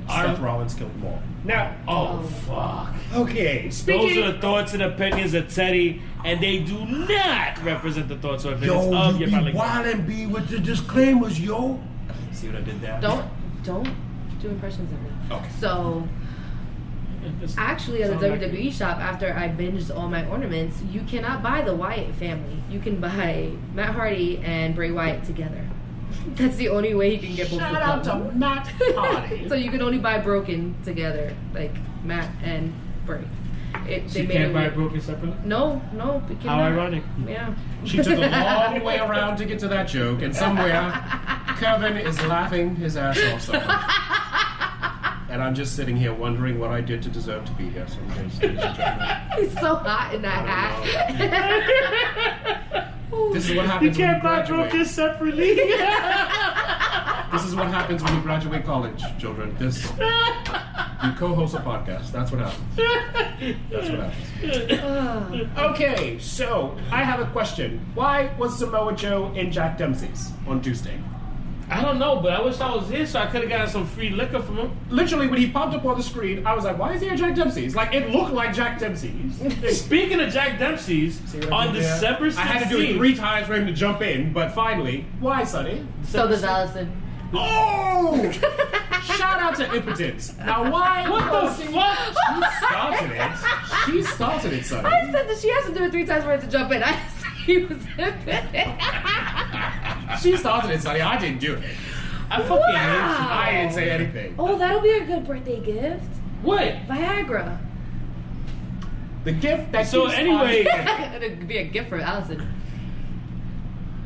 Our- Seth Rollins killed them all. Now, Oh, fuck. okay. Those Speaking are the thoughts and opinions of Teddy, and they do not represent the thoughts or opinions Yo, of you your be public. wild and be with the disclaimers, yo. See what I did there? Don't don't do impressions of me. Okay. So actually, at the E, Sound like- WWE shop, after I binged all my ornaments, you cannot buy the Wyatt family. You can buy Matt Hardy and Bray Wyatt together. That's the only way you can get both. Shout of out to them. Matt Hardy. so you can only buy broken together, like Matt and Bray. It, She made can't it buy weird. broken separately? No, no. we How cannot. ironic. Yeah. She took a long way around to get to that joke, and somewhere Kevin is laughing his ass off so much. And I'm just sitting here wondering what I did to deserve to be here. So I'm just- He's so hot in that I hat. this is what happens when you graduate. separately. This is what happens when you graduate college, children. This you co-host a podcast. That's what happens. That's what happens. Oh. Okay, so I have a question. Why was Samoa Joe in Jack Dempsey's on Tuesday? I don't know, but I wish I was here so I could have gotten some free liquor from him. Literally, when he popped up on the screen, I was like, "Why is he at Jack Dempsey's?" Like, it looked like Jack Dempsey's. Speaking of Jack Dempsey's, what on I did there? December 16th, I had to do it three times for him to jump in, but finally, why, Sonny? So does Allison. Oh! Shout out to impotence. Now, why? What the fuck? started it. She started it, Sonny. I said that she has to do it three times for it to jump in. I said he was She started it, Sonny. I didn't do it. I fucking hate you. Wow. I didn't say anything. Oh, that'll be a good birthday gift. What? Eh, Viagra. The gift that So keeps anyway- on- It'd be a gift for Allison.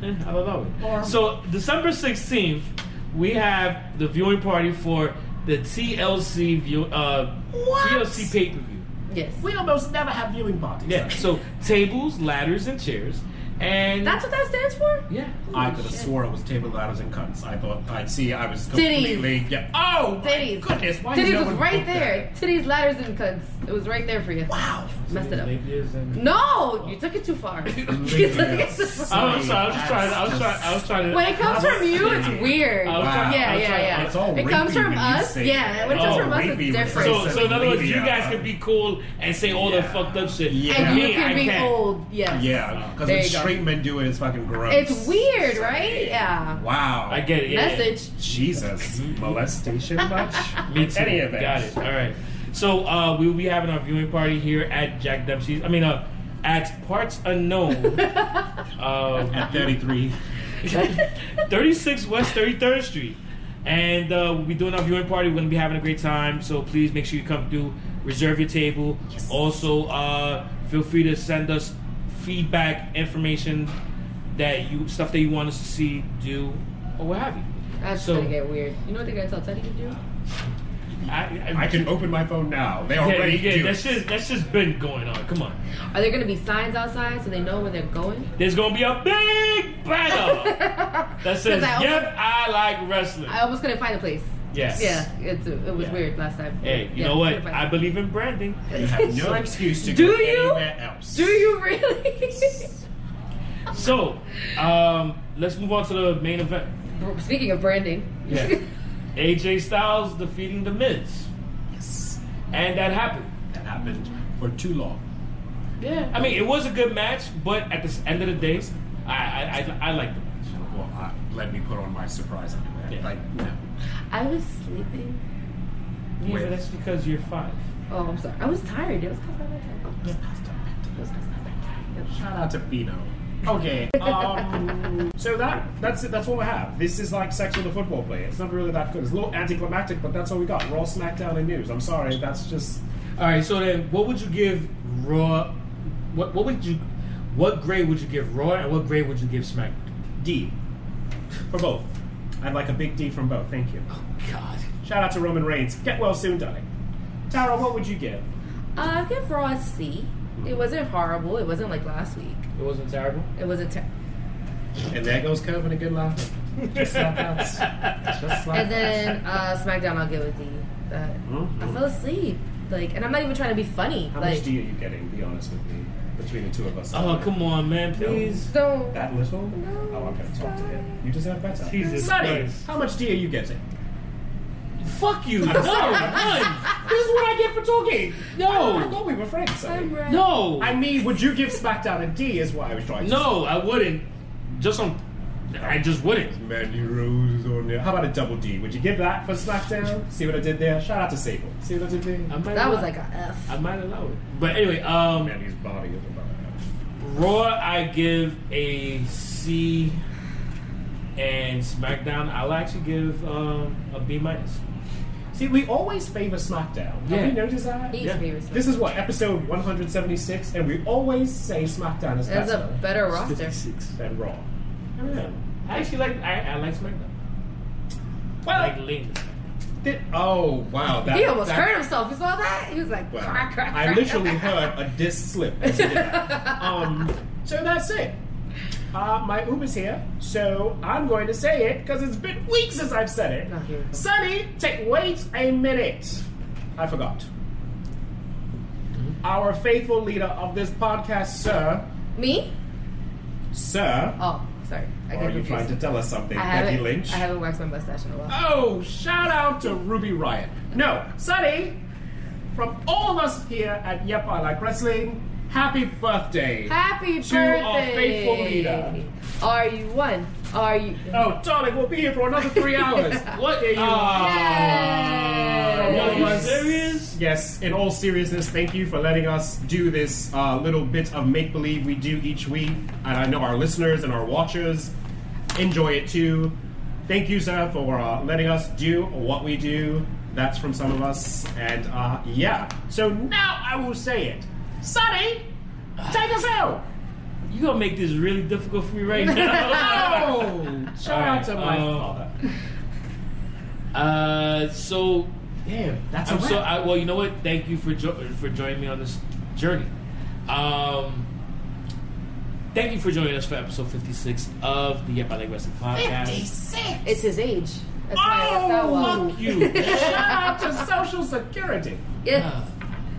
Eh, I don't know. so December sixteenth, we have the viewing party for the TLC view uh, What? TLC pay per view. Yes. We almost never have viewing parties. Yeah. So tables, ladders, and chairs, and That's what that stands for? yeah. I could have Shit. swore it was table ladders and cunts. I thought I'd see. I was Titties. completely. Yeah. Oh, my Titties. goodness! Why did Titties no was one right book that? there. Titties, ladders, and cunts. It was right there for you. Wow. Messed it up. Ladies and- No! You took it too far. You took it too far. Oh, I'm sorry. I was just trying. I was trying. I was trying to. When it comes from you, it's weird. I was trying- Wow. Yeah, I was yeah, trying- yeah. It's all It comes rapey from when you us. say Yeah, that. when it comes Oh, from us, rapey it's when it's different. So, so in other words, you Yeah. guys can be cool and say all the Yeah. fucked up shit. Yeah. and you Me, I can be can't. old. Yes. Yeah, because There when you go. straight men do it, it's fucking gross. It's weird, right? Yeah. Wow. I get it. Yeah, yeah. Message. Jesus. Molestation much? Me too. Any event. Got it. All right. So uh, we will be having our viewing party here at Jack Dempsey's. I mean, uh, at Parts Unknown, uh, At 33. 36 West 33rd Street, and uh, we'll be doing our viewing party. We're gonna be having a great time. So please make sure you come through. Reserve your table. Also, uh, feel free to send us feedback, information that you stuff that you want us to see, do, or what have you. That's So- gonna get weird. You know what they're gonna tell Teddy to do? I, I can open my phone now. They Yeah, already yeah, do. that's just that's just been going on. Come on. Are there gonna be signs outside so they know where they're going? There's gonna be a big banner that says, 'Cause I "Yep, almost- I like wrestling." I almost couldn't find a place. yes. Yeah, it's, it was Yeah. weird last time. Hey, you Yeah, know couldn't what? find I it. believe in branding. You have no excuse to Do go you? anywhere else. Do you really? So, um, let's move on to the main event. Speaking of branding, Yeah. AJ Styles defeating The Miz, Yes. and that happened. That happened for too long. Yeah. I mean, it was a good match, but at the s- end of the day, I I I, I like the match. Well, I, let me put on my surprise underwear. Yeah. Like, no. I was sleeping. Yeah, Wait. but that's because you're five. Oh, I'm sorry. I was tired. It was caused by my time. oh, It was caused by my time. It was- Shout out to Pino. Okay. Um, so that that's it. That's all I have. This is like sex with a football player. It's not really that good. It's a little anticlimactic, but that's all we got. Raw, SmackDown, and news. I'm sorry. That's just All right. So then, what would you give Raw? What what would you? What grade would you give Raw, and what grade would you give SmackDown? D for both. I'd like a big D from both. Thank you. God. Shout out to Roman Reigns. Get well soon, darling. Tara, what would you give? Uh, give Raw a C. It wasn't horrible. It wasn't like last week. It wasn't terrible. It wasn't terrible. And there goes Kevin a good laugh. Just like that. Just like And then uh, SmackDown, I'll give a D. That I fell asleep. Like, and I'm not even trying to be funny. Mm-hmm. How like, much D are you getting, be honest with me, between the two of us? Oh, come on, man, please. don't. That No, little? oh, I'm going it's to talk to him. You deserve better. Jesus Sonny, Christ. how much D are you getting? Fuck you. No, none. This is what I get for talking. I No. thought we were friends. Sonny. I'm right. No. I mean, would you give SmackDown a D? Is what I was trying to say. no, I wouldn't. Just on. I just wouldn't. Mandy Rose is on there. How about a double D? Would you give that for SmackDown? See what I did there? Shout out to Sable. See what I did I there? might That was allow- like a F. I might allow it. But anyway, um, Mandy's body is about Raw, I give a C, and SmackDown, I'll actually give um, a B minus. See, we always favor SmackDown. Yeah. Have you noticed that? He's Yeah. favorite. This is what episode 176, and we always say SmackDown is That's better a better roster. than Raw. I don't know. I actually like. I, I like SmackDown. Well, I like Lane. Did, oh, wow. That, He almost that- hurt himself. You saw that? He was like, Wow. crack, crack, I crack. literally heard a disc slip. Um, so that's it. Uh, my Uber's here, so I'm going to say it because it's been weeks since I've said Oh, here we go. it. Sonny, take wait a minute. I forgot. Mm-hmm. Our faithful leader of this podcast, sir, Me? sir, Oh, sorry. I Or got are you trying to confused. tell us something, I Becky haven't. Lynch? Ah, I haven't waxed my mustache in a while. Oh, shout out to Ruby Riot. No, Sunny, from all of us here at Yep I Like Wrestling, happy birthday. Happy To birthday! our faithful leader. Are you one? Are you? oh, darling, we'll be here for another three hours. Ah, What? Here you are. Yay! Ah, Are One you was- serious? Yes, in all seriousness, thank you for letting us do this uh, little bit of make believe we do each week. And I know our listeners and our watchers enjoy it too. Thank you, sir, for uh, letting us do what we do. That's from some of us, and uh, yeah. So now I will say it. Sonny, take us out. You gonna make this really difficult for me right now? Oh, shout All right, out to my uh, father. Uh, so Damn, that's I'm a so wrap. I, well. You know what? Thank you for jo- for joining me on this journey. Um, thank you for joining us for episode 56 of the Yep I Like Wrestling podcast. It's his age. That's why I left out Oh, well. fuck you. Shout out to Social Security. Ah. Yeah.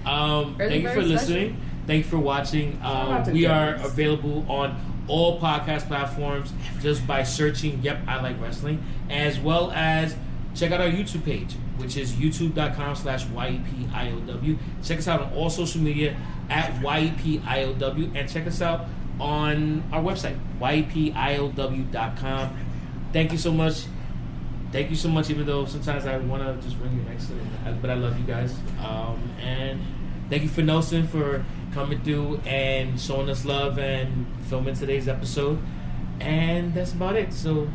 Um, Early thank you for bird special. listening. Thank you for watching. out Um, to we are Dennis. available on all podcast platforms just by searching Yep, I Like Wrestling, as well as check out our YouTube page, which is youtube.com slash E YEPIOW. Check us out on all social media at E YEPIOW, and check us out on our website, E YEPIOW.com. Thank you so much. Thank you so much, even though sometimes I want to just ring your next to it, but I love you guys. Um, and thank you for Nelson for coming through and showing us love and filming today's episode. And that's about it. So,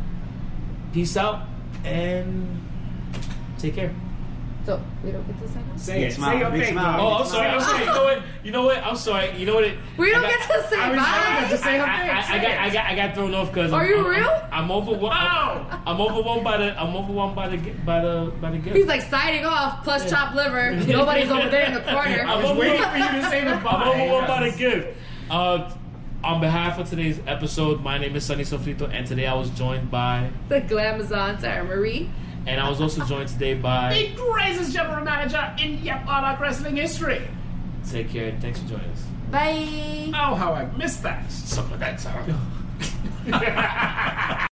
peace out and take care. So we don't get to sign off. Say it. Big smile, Say your big thing. smile. Oh, I'm sorry. I'm sorry. You know what? You know what? I'm sorry. You know what? It, We don't I got- get to say I was- I was bye. just saying- I, I, I, got, I got I got thrown off because Are I'm, you I'm, real? I'm, overwhelmed. I'm, I'm overwhelmed by the I'm overwhelmed by the gi- by the by the gift. He's like signing off plus chopped liver. Nobody's over there in the corner. I I was waiting for you to say the I'm overwhelmed by bye. the gift. Uh, on behalf of today's episode, my name is Sunny Sofrito, and today I was joined by, the glamazon Sarah Marie. and I was also joined today by. The greatest general manager in Yep I Like Wrestling history. Take care. and Thanks for joining us. Bye. Oh, how I missed that. Something like that, Sarah.